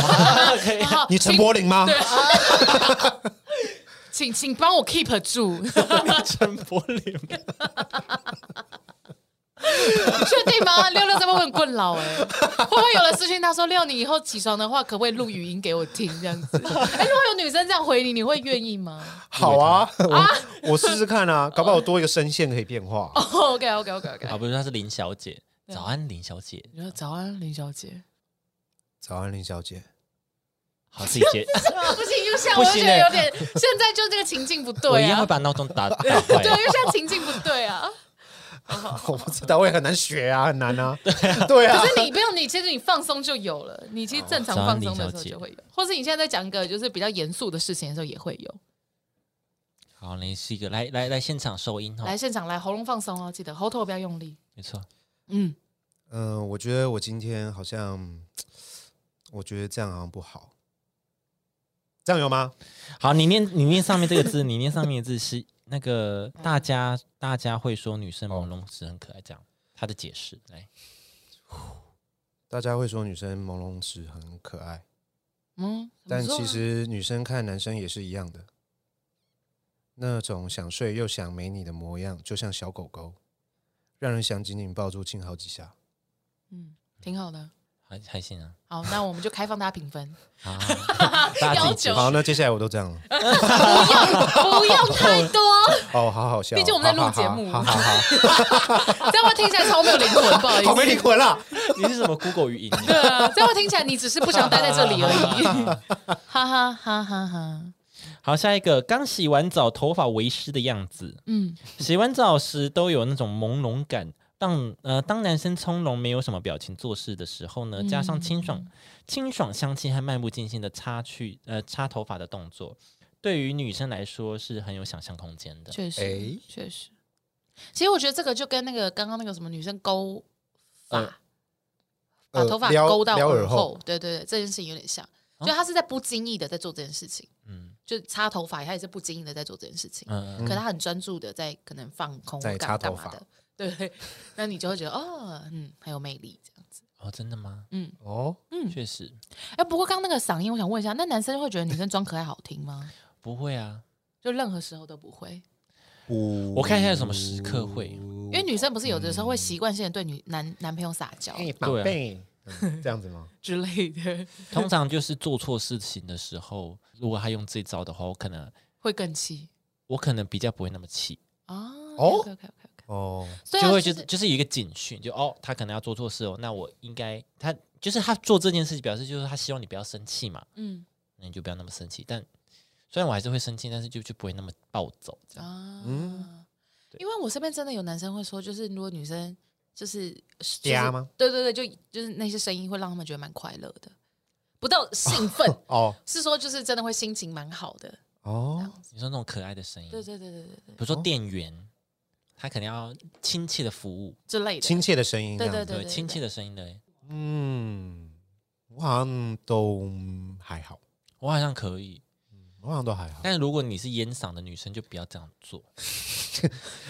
好，
你陈柏霖吗？
请请帮我 keep 住，你
陈柏霖，
确定吗？六六这边会很困扰哎、会不会有人私信他说六，你以后起床的话可不可以录语音给我听这样子？哎、如果有女生这样回你，你会愿意吗、
好啊，我我试试看啊，搞不好我多一个声线可以变化。
哦
哦
o k OK OK OK，
啊，不是，她是林小姐，
对
早安，林小姐，
你说早安，林小姐，
早安，林小姐。
好，自己接，
不行，又像
不
我就
行
觉得
欸
有点，现在就这个情境不
我
对
一定
啊
会，把闹钟打打坏哦
对，。又像情境不对啊。
我不知道，我也很难学啊，很难啊。对啊
可，是你不用，你其实你放松就有了，你其实正常
早安
放
林
松的时
小
候
姐
就会有，或是你现在在讲一个就是比较严肃的事情的时候也会有。
好，你是一个来来来现场收音哦，
来现场来，喉咙放松哦，记得喉头不要用力。
没错，
嗯，
嗯、我觉得我今天好像，我觉得这样好像不好。这样有吗？
好，你念你念上面这个字，你 念上面的字是那个大家大家会说女生
哦
朦胧时很可爱，这样他的解释来，
大家会说女生朦胧时很可爱，
嗯，
但
不错啊
其实女生看男生也是一样的。那种想睡又想没你的模样，就像小狗狗，让人想紧紧抱住亲好几下。
嗯挺好的。
还还行啊，
好，那我们就开放大家评分，
好，大家自己解释
要求
好，那接下来我都这样了。
不用太多，
哦，好好笑哦。
毕竟我们在录
好好
节目
好好好好，
这样会听起来超没有灵魂，不好意
好没
思。
灵魂啦。
你是什么 Google 语音？
对啊，这样会听起来你只是不想待在这里而已。哈哈哈哈哈。
好，下一个刚洗完澡，头发为湿的样子，
嗯，
洗完澡时都有那种朦胧感。当呃，当男生从容没有什么表情做事的时候
嗯
呢，加上清爽、清爽香气和漫不经心的擦去呃擦头发的动作，对于女生来说是很有想象空间的。
确实
哎，
确实。其实我觉得这个就跟那个刚刚那个什么女生勾
呃
发， 把
呃
头发
嗯撩
勾到
撩
耳
耳后，啊
对对对，这件事情有点像，就他是在不经意的在做这件事情，
嗯
就擦头发，他也是不经意的在做这件事情，
嗯、
可他很专注的在可能放空
在
干
擦
干
头
嘛
发
的，对，那你就会觉得哦，嗯，很有魅力这样子。
哦，真的吗？
哦，
确实
哎，不过刚刚那个嗓音，我想问一下，那男生会觉得女生装可爱好听吗？
不会啊。
就任何时候都不会，
我
我看一下有什么时刻会，
因
哦
为女生不是有的时候会习惯性的对女男男朋友撒娇
啊
哎，宝贝，嗯这样子吗？
之类的，
通常就是做错事情的时候，如果他用这招的话，我可能
会更气
我可能比较不会那么气，
啊。
哦
OK OK OK，
哦，
所以
就
啊
会就
就
是是就是有一个警讯，就哦，他可能要做错事哦，那我应该他就是他做这件事情，表示就是他希望你不要生气嘛，
嗯
那你就不要那么生气。但虽然我还是会生气，但是就就不会那么暴走这样。
啊，
嗯
因为我身边真的有男生会说，就是如果女生就是就是
嗲吗？
对对对，就就是那些声音会让他们觉得蛮快乐的，不到兴奋，
哦
是说就是真的会心情蛮好的。
哦，
你说那种可爱的声音，
对对对对对对
比如说店员，他可能要亲切的服务，
之类的。
亲切的声音，
对
这样
对
子
对亲切的声音的，
嗯，我好像都还好，
我好像可以。
我好像都还好。
但如果你是烟嗓的女生，就不要这样做。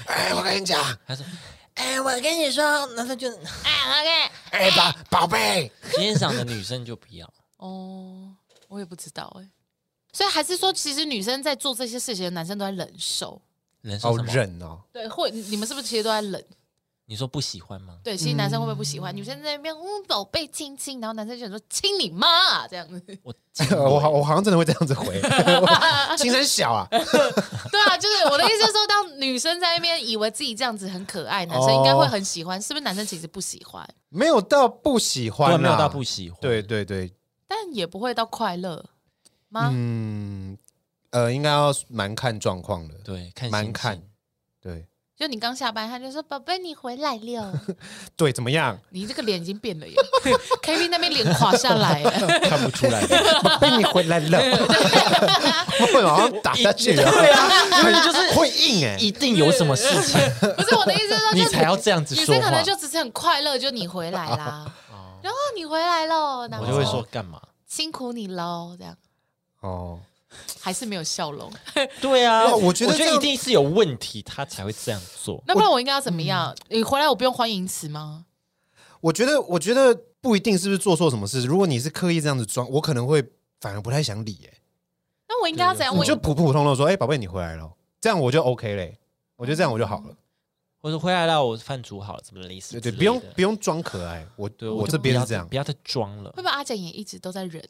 哎，我跟你讲，
他说：“哎，我跟你说，男生就
哎，OK，
哎，宝宝贝，
烟嗓的女生就不要。
哦，我也不知道哎、所以还是说，其实女生在做这些事情，男生都在忍受。
人生
好
什么？
忍哦，
对，或你们是不是其实都在忍？
你说不喜欢吗？
对，其实男生会不会不喜欢？女生在那边，嗯，宝贝亲亲，然后男生就想说亲你妈啊这样子。
我
我好，我好像真的会这样子 回，我心很小啊，
对啊，就是我的意思是说，当女生在那边以为自己这样子很可爱，男生应
哦
该会很喜欢，是不是？男生其实不喜欢，
没有到不喜欢
对啊
啦，
没有到不喜欢。
对对对，
但也不会到快乐吗？
嗯，呃，应该要蛮看状况的，
对，看
蛮
心情
看对
就你刚下班，他就说：“宝贝，你回 来了。
对，怎么样？”
你这个脸已经变了耶，K V 那边脸垮下来了。
看不出来。
宝贝，你回来了，我好像打下去了，对 啊，就是会硬哎，
一定有什么事 情，
不是我的意思是说，
你
就
才要这样子
女
说
生可
话哦
能。就只是很快乐，就你回来 啦，然后你回来喽，然
我
后
就会说干嘛？
辛苦你喽，这样
哦。
还是没有笑容。
对啊
哇我觉得
我觉得
这样
一定是有问题，他才会这样做。
那不然我应该要怎么样？你回来我不用欢迎词吗？
我觉得，我觉得不一定是不是做错什么事。如果你是刻意这样子装，我可能会反而不太想理、欸。
那我应该要怎样？
对
我
我就普普通通地说：“哎、宝贝，你回来了。”这样我就 OK 嘞。我觉得这样我就好
嗯
了，
我说回来了，我饭煮好了，怎么类似
对
之
对，
类的？
不用不用装可爱。我
对
我
就
这边
不要
是这样
不，要再装了
会。不会阿简也一直都在忍？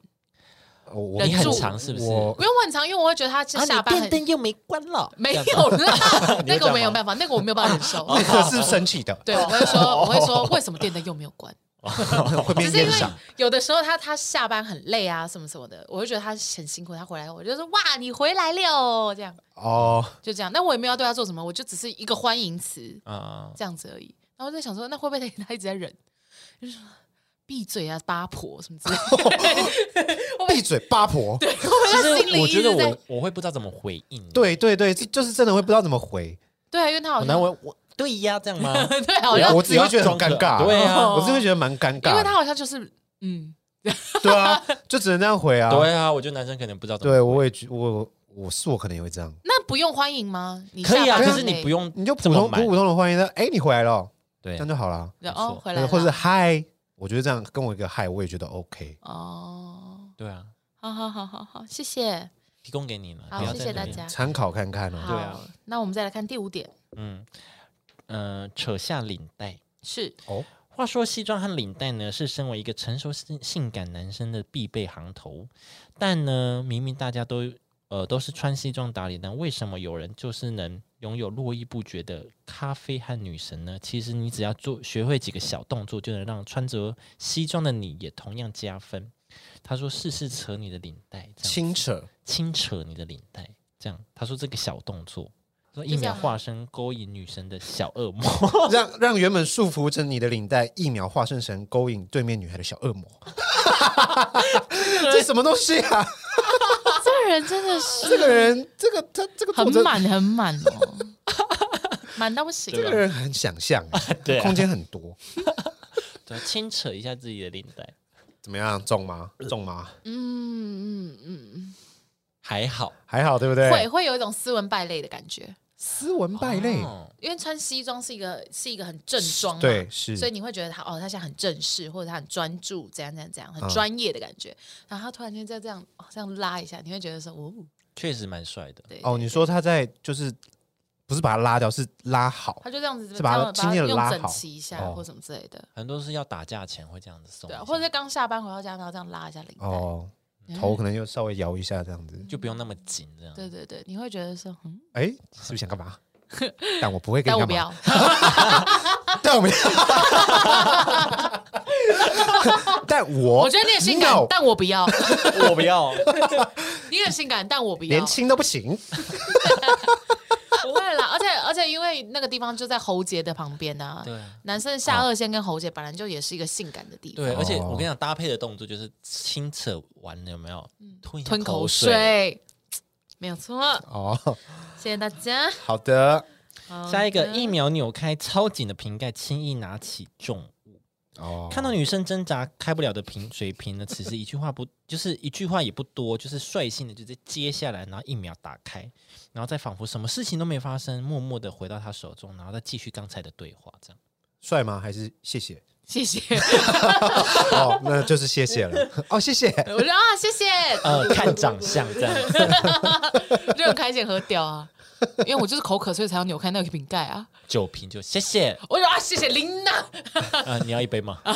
我我
忍
你很
住
长是不是？哦
我
不用很长，因为我会觉得他下
啊，
班
你
很
电灯又没关了，
没
这样
有啦，
你
那
会这样
个
吗哦
没有办法，那个我没有办法忍受。
那个是生气的，
对，我会说，
哦
我会说，为什么电灯又没有关？
会
只
变
是因
烟
为
嗓。
有的时候他他下班很累啊，什么什么的，我就觉得他很辛苦，他回来我就说哇，你回来了哦，这样
哦，
就这样。但我也没有要对他做什么，我就只是一个欢迎词
啊。
这样子而已。然后我就在想说，那会不会他一直在忍？ 就是说闭嘴啊，八婆什么之 类的，
闭嘴，八婆。
会不会
其
他心
实
里
我
一
觉得
直在
我我会不知道怎么回应，，
对对对，这就是真的会不知道怎么回，
对啊，因为他好
很难
像
我我对呀这样吗？
对 啊好像
我自己会觉得很尴尬。
对啊，
我自己会觉得蛮尴
哦因为
尬
他
的。
好像就是嗯，
对啊，就只能这样回啊。
对啊，我觉得男生可能不知道怎么
对，我也觉我我是我可能也会这样，
那不用欢迎吗？你
可以啊，
下班哎
可
很
是你
累
不用
你就
这
普
么
通
满
普普通的欢迎他，哎，你回来了，
对
这样就好了。
然
没
后
错
哦回来了，
或者是嗨，我觉得这样跟我一个嗨，我也觉得 OK。
哦，
对啊，
好好好好好，谢谢，
提供给你了，
好
不要
谢
在
谢
那
大
边
家
参考看看哦。
好，
对啊
那我们再来看第五点，
嗯呃，扯下领带。
是
哦，
话说，西装和领带呢，是身为一个成熟性性感男生的必备行头。但呢，明明大家都呃都是穿西装打领带，为什么有人就是能拥有络绎不绝的咖啡和女神呢？其实你只要做学会几个小动作，就能让穿着西装的你也同样加分。他说：“试试扯你的领带，这样
轻扯，
轻扯你的领带，这样。”他说这个小动作，他说一
就这
秒
样吗
化身勾引女神的小恶魔。
让让原本束缚着你的领带一秒化身成勾引对面女孩的小恶魔。这什么东西啊？
这个人真的是
这个人，这个他这个作
很
者，
满很满 哦，满到不行，啊
这个人很想象，
对啊
空间很多。
对，轻扯一下自己的领带，
怎么样？中吗？中吗？
嗯嗯嗯
还好。
还好，对不对？
嗯，会会有一种斯文败类的感觉，
斯文败类，
哦
因为穿西装是一个是一个很正装嘛，
对，是
所以你会觉得他哦，他现在很正式，或者他很专注，怎样怎样怎样，很
嗯
专业的感觉。然后他突然间再这样、哦、这样拉一下，你会觉得说哦，
确实蛮帅的。
对
哦。
对
你说他在就是不是把他拉掉，是拉好
他就这样子，
是把它
这样
轻轻地
用
拉
整
好
齐一下、
哦
或什么之类的，
很多是要打架前会这样子送一
对
下，
啊，或者是刚下班回到家，然后这样拉一下领带，
哦，
嗯
头可能又稍微摇一下这样子。
就不用那么紧这样。
对对对，你会觉得说嗯，
哎，是不是想 干嘛？但我不会跟
但
你
我不
干嘛，
要，
但我不要，但 我
我觉得你很性感
No，
但我不 要，
我不要，
你很性感，但我不要
年，轻都不行。
不会啦。而且而且因为那个地方就在喉结的旁边啊，
对啊
男生的下颚线跟喉结本来就也是一个性感的地方，
对，而且
哦
我跟你讲，搭配的动作就是轻扯完了有没有？吞一下
嗯吞口
水。
水，没有错。
哦，
谢谢大家。
好的，
下一个
嗯
一秒扭开超紧的瓶盖，轻易拿起重物。
哦，
看到女生挣扎开不了的瓶水瓶呢，此时一句话不就是一句话也不多，就是率性的就直接接下来，然后一秒打开，然后再仿佛什么事情都没发生，默默的回到他手中，然后再继续刚才的对话，这样。
帅吗？还是谢谢？
谢谢，
哦，那就是谢 谢了。哦，谢谢。
我说啊，谢 谢，
呃，看长相这样 子，
就很开心喝掉啊，因为我就是口渴，所以才要扭开那个瓶盖啊。
酒瓶就谢谢。
我说啊，谢谢琳娜，
呃，你要一杯吗？
啊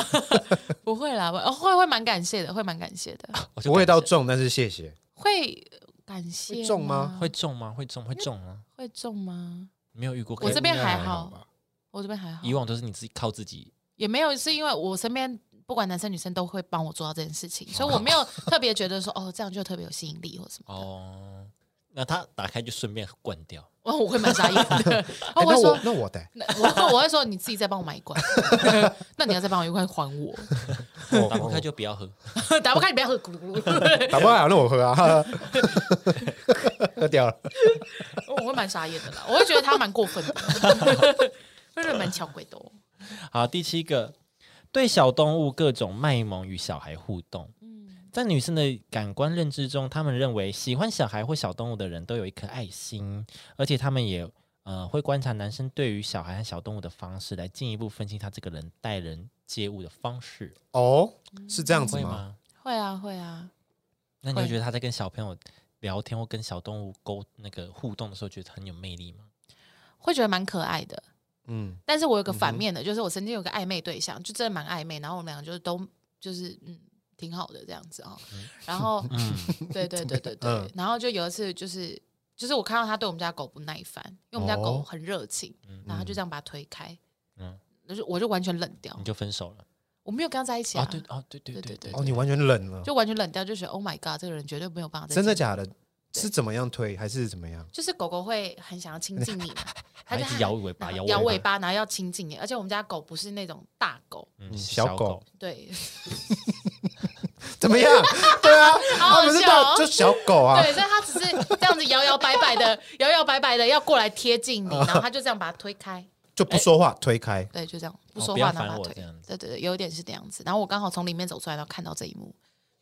不会啦，我哦会会蛮感谢的，会蛮感谢的，
我就
不会
感
到
谢
重，但是谢谢。
会感谢
会中吗
会中吗？会中会中啊！
会中吗？
没有遇过可以，
我这边
应该
还好
好吧，
我这边还好
以，往都是你自己靠自己，
也没有是因为我身边不管男生女生都会帮我做到这件事情，所以我 没有特别觉得说哦这样就特别有吸引力或什么的。
哦。那他打开就顺便灌掉，
哦，我会蛮傻眼的，
哎
哦我会
那
说
我那我的，
那我我会说你自己再帮我买一罐，那你要再帮我一罐还我，
我
哦打不开就不要喝。
打不开你不要喝，咕噜咕噜，
哦打不开，那我喝 啊， 喝掉了。
我会蛮傻眼的啦，我会觉得他蛮过分的，会觉得蛮抢鬼的、哦。
好，第七个，对小动物各种卖萌与小孩互动。在女生的感官认知中，她们认为喜欢小孩或小动物的人都有一颗爱心，而且她们也呃会观察男生对于小孩和小动物的方式，来进一步分析他这个人待人接物的方式，
哦，是这样子
会
吗？
吗？
会啊会啊，
那你会
会
觉得他在跟小朋友聊天或跟小动物沟那个互动的时候，觉得很有魅力吗？
会觉得蛮可爱的。
嗯，
但是我有个反面的，就是我曾经有个暧昧对象，就真的蛮暧昧，然后我们两个就是都就是嗯挺好的这样子啊、然后，对对对对对，
嗯
然后就有一次就是就是我看到他对我们家狗不耐烦，因为我们家狗
哦
很热情，然后他就这样把它推开，
嗯
我就我就完全冷掉
你，就分手了
我没有跟他在一起
啊？
啊，
对哦，对对
对
对
对
对，
哦，你完全冷了，
就完全冷掉，就觉得 Oh my God，这个人绝对没有办法再
真的
见面
假的？是怎么样推还是怎么样？
就是狗狗会很想要亲近你嘛，
还
它就
一直
很
摇尾巴，
然后
摇
摇尾
巴，
巴，然后要亲近你，而且我们家狗不是那种大狗，
嗯
嗯
是
小
小
狗
狗，
对，
怎么样？ 对啊，
好
他们是
笑哦
到就小狗啊，
对，所以它只是这样子摇摇摆摆的， 摇摇摆摆的要过来贴近 你，然后它就这样把它推开，
就不说话，推开。
对，就这样不
哦
说
不要
话，然
烦
后把它
我
推
这样，子
对对对，有一点是这样子。然后我刚好从里面走出来，然后看到这一幕，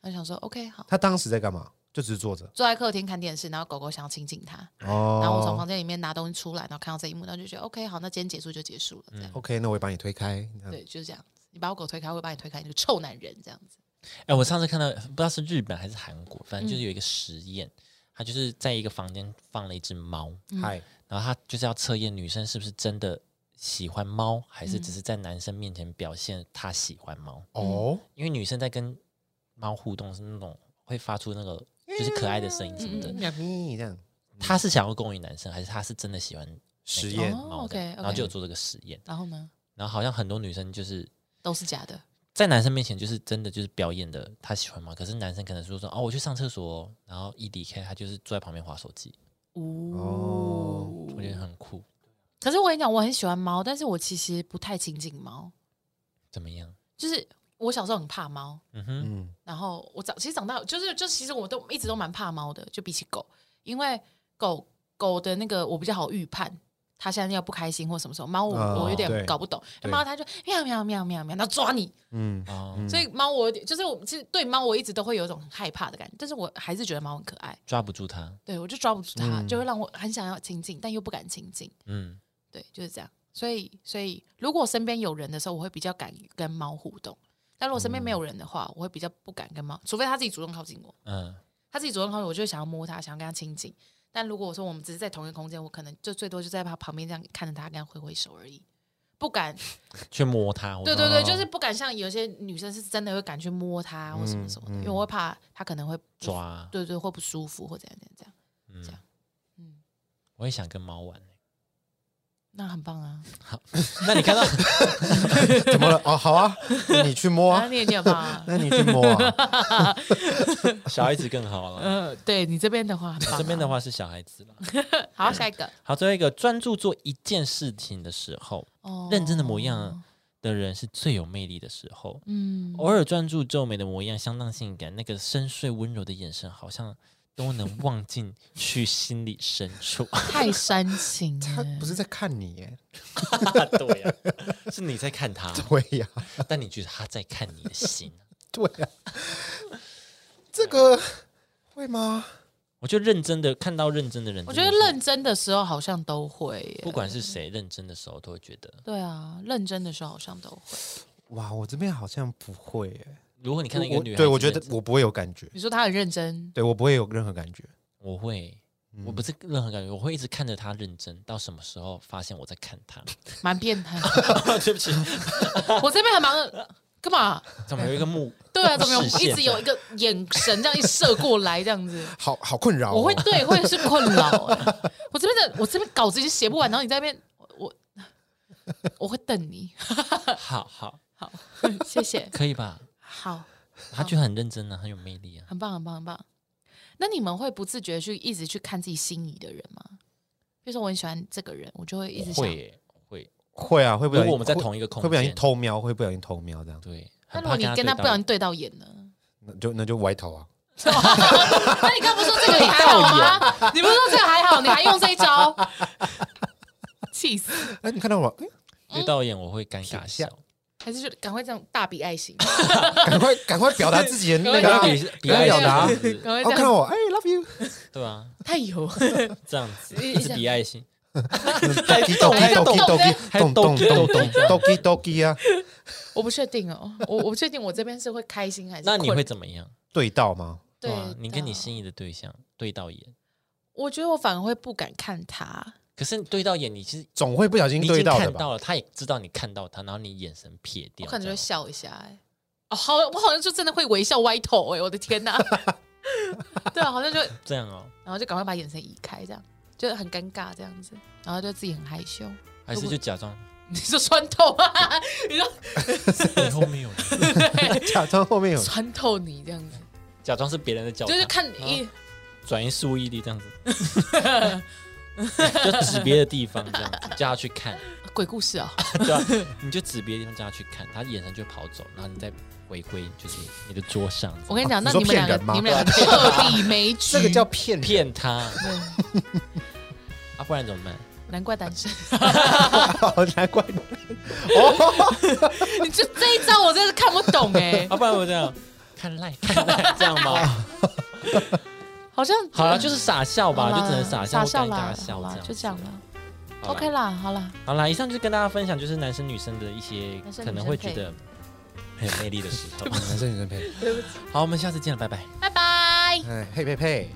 然后想说 OK 好，
他当时在干嘛？就只是坐着。
坐在客厅看电视，然后狗狗想要亲近它，
哦，
哎然后我从房间里面拿东西出来，然后看到这一幕，然后就觉得 OK 好，那今天结束就结束了，这样
OK，那我也把你推开。
嗯
这样
对，就是这样子。你把我狗推开，我会把你推开，你这个臭男人这样子。
哎，我上次看到不知道是日本还是韩国，反正就是有一个实验，他就是在一个房间放了一只猫，
嗯
嗨，
然后他就是要测验女生是不是真的喜欢猫，还是只是在男生面前表现她喜欢猫。
哦，
因为女生在跟猫互动是那种会发出那个就是可爱的声音什
嗯
么的，
喵咪这
哎
样
她是想要勾引男生，还是她是真的喜欢
实验
哦
猫的？
OK，OK
然后就有做这个实验，
然后呢，
然后好像很多女生就是。
都是假的。
在男生面前，就是真的就是表演的，她喜欢猫。可是男生可能说说哦，我去上厕所哦、然后一离开，她就是坐在旁边划手机，
哦
我觉得很酷。
可是我跟你讲，我很喜欢猫，但是我其实不太亲近猫。
怎么样？
就是我小时候很怕猫，
嗯哼，
嗯，
然后我长其实长大就是就其实我都一直都蛮怕猫的，就比起狗，因为狗狗的那个我比较好预判。它现在要不开心或什么时候，猫我、
哦
我有
对
点搞不懂。
对
猫它就喵喵喵喵喵，然后抓你，
嗯，
哦，
所以猫我有点就是我其实对猫我一直都会有一种很害怕的感觉，但是我还是觉得猫很可爱。
抓不住她，
对我就抓不住它，
嗯
就会让我很想要亲近，但又不敢亲近。
嗯，
对，就是这样。所以，所以如果我身边有人的时候，我会比较敢跟猫互动；但如果身
嗯
边没有人的话，我会比较不敢跟猫，除非它自己主动靠近我。
嗯，
它自己主动靠近我，我就会想要摸它，想要跟它亲近。但如果我说我们只是在同一个空间，我可能就最多就在它旁边这样看着它，跟它挥挥手而已，不敢。
去摸它。
对对对，
是。
就是不敢像有些女生是真的会敢去摸它或什么什么的，因为我会怕它可能会不
嗯抓，
对对，会不舒服或怎样怎样怎样。
嗯
这样，嗯
我也想跟猫玩 欸。
那很棒啊！
那你看到
怎么了？哦，好啊，你去摸
啊，
啊，？
你也见吧、啊
那你去摸 啊。
小孩子更好了，
呃，对你这边的话很棒啊、
这边的话是小孩子了。
好，下一个。
好，最后一个专注做一件事情的时候
哦
认真的模样的人是最有魅力的时候。
嗯，
偶尔专注皱眉的模样相当性感，那个深邃温柔的眼神好像都能望进去心里深处。
太煽情
他
了。
不是在看你耶，
对呀、是你在看他，
对呀，
但你觉得他在看你的 心。
对呀，这个会吗？
我就认真的看到认真的人，
我觉得
真的是
认真的时候好像都会耶，
不管是谁认真的时候，都会觉得
对啊，认真的时候好像都会。
哇，我这边好像不会耶。
如果你看到一个
我
女孩
对
子
我觉得
认真
我不会有感觉，
你说他很认真，
对我不会有任何感觉。
我会，我不是任何感觉，我会一直看着她认真，到什么时候发现我在看 她？
蛮变态。
对不起，
我这边还蛮干嘛？
怎么有一个目？
对啊，怎么有
视线
一直有一个眼神这样一射过来这样子？
好好困扰哦，
我会对，会是困扰耶。我这边的我这边稿子已经写不完，然后你在那边，我我我会等你。
好好，
好， 谢谢。
可以吧？
好，
她就很认真啊，很有魅力啊。
很棒，很棒，很棒。那你们会不自觉去一直去看自己心仪的人吗？比如说我很喜欢这个人，我就会一直想
会。耶会，
会啊，会不
如果
小心
我们在
会
同一个空
会不小心
间，
偷瞄，会不小心偷瞄这样，
对，
那
很
如果
怕
你跟
他对
他不
到
小心对到眼呢？
那就那就歪头啊。
那你刚不是说这个你还好吗？你不是说这个还好，你还用这一招？气死！
哎，你看到我，嗯
对到眼，我会尴尬
一下
笑。
还是就赶快这样大笔爱心，
哎赶快赶快表达自 己的那
对
个
赶
啊，
快
比
哦，
比爱
表达
心是不是，
啊赶快这
看到
样，
我，哎，love you，
对啊，
太油，
这样子
一
一直
下
比爱心，
抖抖
还
抖
动
抖
呢
还
动
动
动
动
动动抖抖抖啊，
我不确定哦，我我不确定我这边是会开心还是
那你
困
会怎么样？
对到吗？
对
啊，你跟你
的
心仪的对象对到眼，
我觉得我反而会不敢看他，
可是对到眼，你其实
总会不小心
你已
对
经
到的
看
吧？
到了，他也知道你看到他，然后你眼神�撇
我
掉，
可能
这
会
样
笑一下、哎，哦，好，我好像就真的会微笑歪头哎、我的天哪！ 对啊，好像就
这样哦，
然后就赶快把眼神移开，这样就很尴尬这样子，然后就自己很害羞。
还是就假 装
你说穿透啊？ 你说
以后没有，
假装后面有
穿透你这样子，
假装是别人的脚，
就是看
嗯
一
转移注意力这样 子，就指别的地方这样子，叫他去看，
鬼故事啊、
对啊，你就指别的地方叫他去看，他眼神就跑走，然后你再回归就是你的桌上，
我跟你讲，
哦
那
你说
们两个
骗人吗
你们 两个彻底没局，
这个叫骗人
骗他
对
啊，不然怎么办？
难怪单身。
难怪 你哦，
你就这一招我真的看不 懂哎、
啊，不然我这 样看赖看赖这样吗？
好像嗯
好了，就是傻笑吧，
好啦
就只能傻笑，
傻笑
或尴
啦
尬，笑
好
这
啦
样，
就这样啦。
好啦
OK 啦，好啦，
好啦，以上就是跟大家分享，就是男生女生的一些
男生女生
可能会觉得很有魅力的时 候。
男生女生配，
好，我们下次见了，拜拜。
拜拜。
哎，配配配。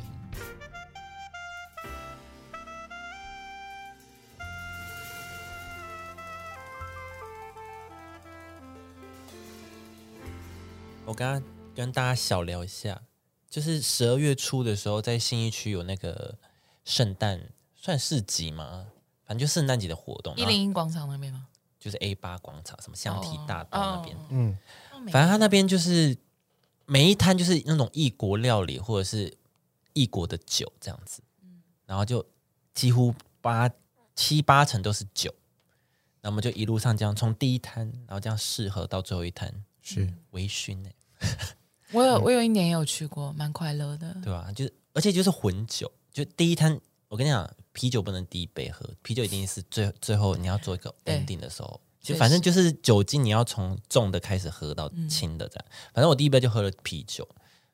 我刚刚跟大家小聊一下，就是十二月初的时候，在信义区有那个圣诞算市集嘛，反正就圣诞节的活动，
一
然后
零一广场那边吗？
就是 A 八广场什么香堤大道那边，
哦
嗯，
反正他那边就是每一摊就是那种异国料理或者是异国的酒这样子，然后就几乎八七八成都是酒，那我们就一路上这样从第一摊，然后这样试喝到最后一摊
是
微醺哎、
我有我有一年也有去过，蛮快乐的。
对吧、就是而且就是混酒，就第一摊我跟你讲，啤酒不能第一杯喝，啤酒一定是最最后你要做一个
对
ending 的时候。就
确实嗯
反正就是酒精，你要从重的开始喝到轻的这样。反正我第一杯就喝了啤酒，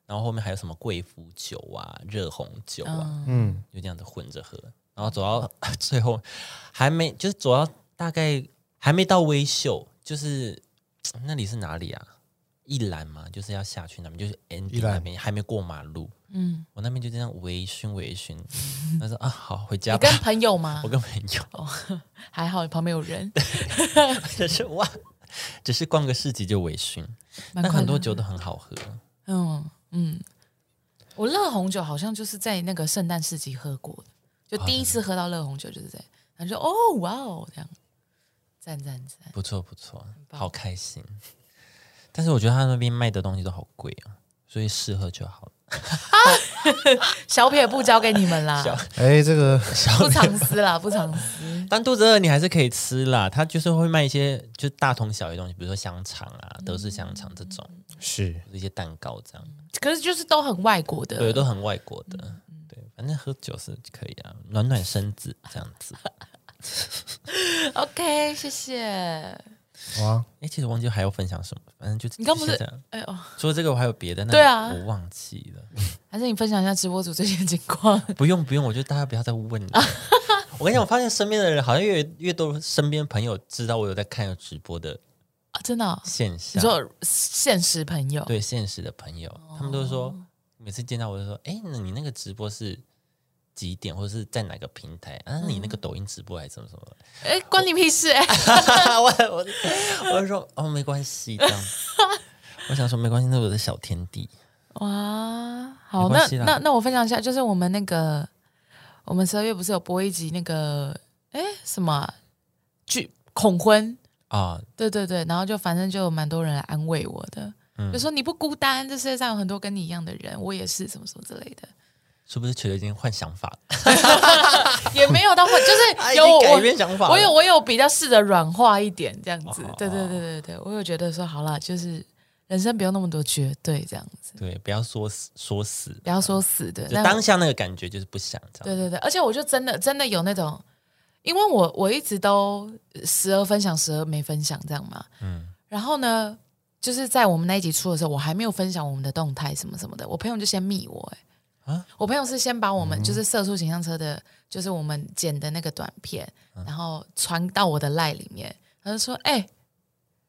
然后后面还有什么贵腐酒啊、热红酒啊，
嗯，
嗯，
就这样子混着喝。然后走到 最后，还没就是走到大概还没到微秀，就是那里是哪里啊？一兰嘛，就是要下去那边，就是 ending
兰
那边还没过马路，
嗯，
我那边就这样微醺微 醺，他说啊好回家
你
吧
跟，朋友吗
我？跟朋友，
还好，旁边有 人，
只 是哇，只是逛个市集就微醺，
蛮
但
快
很
乐
多
的
酒都很好喝，
嗯嗯，我热红酒好像就是在那个圣诞市集喝过的，就第一次喝到热红酒就是在，然后就哦哇哦这样，赞赞赞，
不错不错，
棒
好开心。但是我觉得他那边卖的东西都好贵啊，所以适合就好了。
小撇步交给你们 啦，
哎，这个
不藏私啦，不藏私，
但肚子饿你还是可以吃啦，他就是会卖一些就大同小异的东西，比如说香肠
嗯
啊、德式香肠这种，
是
一些蛋糕这样，
可是就是都很外国的，
对，都很外国
嗯
的。对，反正喝酒是可以啊，暖暖身子这样子。
OK，谢谢。
哇，
哎、其实忘记还要分享什么，反正就是
你刚不是
这样
哎呦，
除了这个，我还有别的，那
对啊
我忘记了。
还是你分享一下直播组最近的情况？啊
不用不用，我觉得大家不要再问 了。我跟你讲，我发现身边的人好像越来越多，身边朋友知道我有在看直播的
啊真的哦、
现
你
象，
说哦现实朋友，
对现实的朋友，他们都说每次见到我就说，哎，那你那个直播是几点，或者是在哪个平台啊？你
嗯
那个抖音直播还是什么什么的？
哎，关你屁事哎、
我我我就说哦，没关系， 这样。我想说没关系，那是我的小天地。
哇，好，
没
那
关系啦
那那我分享一下，就是我们那个，我们十二月不是有播一集那个，哎，什么啊剧恐婚？
啊，
对对对，然后就反正就有蛮多人来安慰我的，
嗯
就说你不孤单，这世界上有很多跟你一样的人，我也是什么什么之类的，
是不是觉得已经换想法了？
也没有到会， 就是
啊
有
已经
我
哎改变想法了
我有我有比较试着软化一点这样子
哦，
对对对对对，我有觉得说好啦，就是人生不用那么多绝对这样子，
对，不要说死说死，
不要说死的，
就
但
当下那个感觉就是不想这样。
对对对，而且我就真的真的有那种，因为我我一直都时而分享，时而没分享这样嘛。
嗯，
然后呢，就是在我们那一集出的时候，我还没有分享我们的动态什么什么的，我朋友就先密我、欸，
啊嗯
我朋友是先把我们就是色素形象车的，就是我们剪的那个短片，
嗯
然后传到我的赖里面，他就说，哎、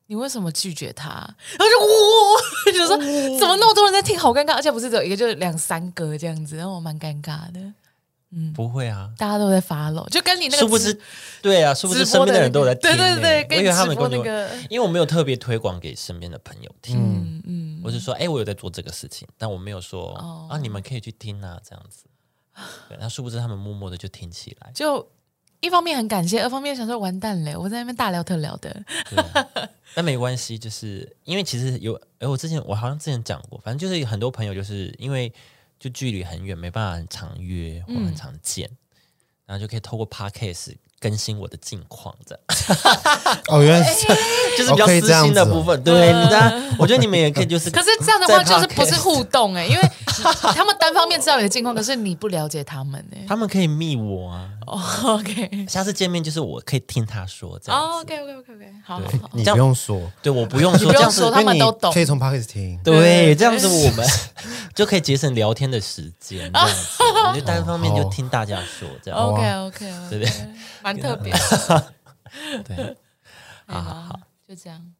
你为什么拒绝他？然后就呜，就说怎么那么多人在听，好尴尬，而且不是只有一个，就是两三个这样子，然后我蛮尴尬的。嗯，
不会啊，
大家都在发漏，就跟你那个
殊不
直
知，对啊，殊不
直
知身
播
边的人
那
都有
个
在听、欸，
对对对，
我以为他
跟
们
直播
根本
那
就，
个，
因为我没有特别推广给身边的朋友听，
嗯嗯，
我是说，哎、我有在做这个事情，但我没有说、
哦，
啊，你们可以去听啊，这样子。对，那殊不知他们默默的就听起来
就一方面很感谢，二方面想说完蛋了，我在那边大聊特聊的，
对啊但没关系，就是因为其实有，哎、我之前我好像之前讲过，反正就是很多朋友就是因为就距离很远，没办法很常约或很常见，然后就可以透过 podcast 更新我的近况，这样
哦，原来是
就是比较
哦可以
私
这样
心的
子哦
部分。对，你知道，我觉得你们也可以，就是
嗯可是这样的话
在
就是不是
podcast
互动 哎、因为他们单方面知道你的近况，可是你不了解他们哎、
他们可以密我啊，
哦 OK，
下次见面就是我可以听他说这样
哦
子。
OK OK OK OK，好好
对
好
你
这样
不用说，
对，我不用说，这
不用
样子
说，他们都嗯
因为
懂
你可。以从 Podcast 听。
对，这样子我们就可以节省聊天的时间，这样 子，我们就单方面
哦
就听大家说这样，
OK OK，
对不对？
蛮特别的。
对，
好
好
好
好
好，就这样。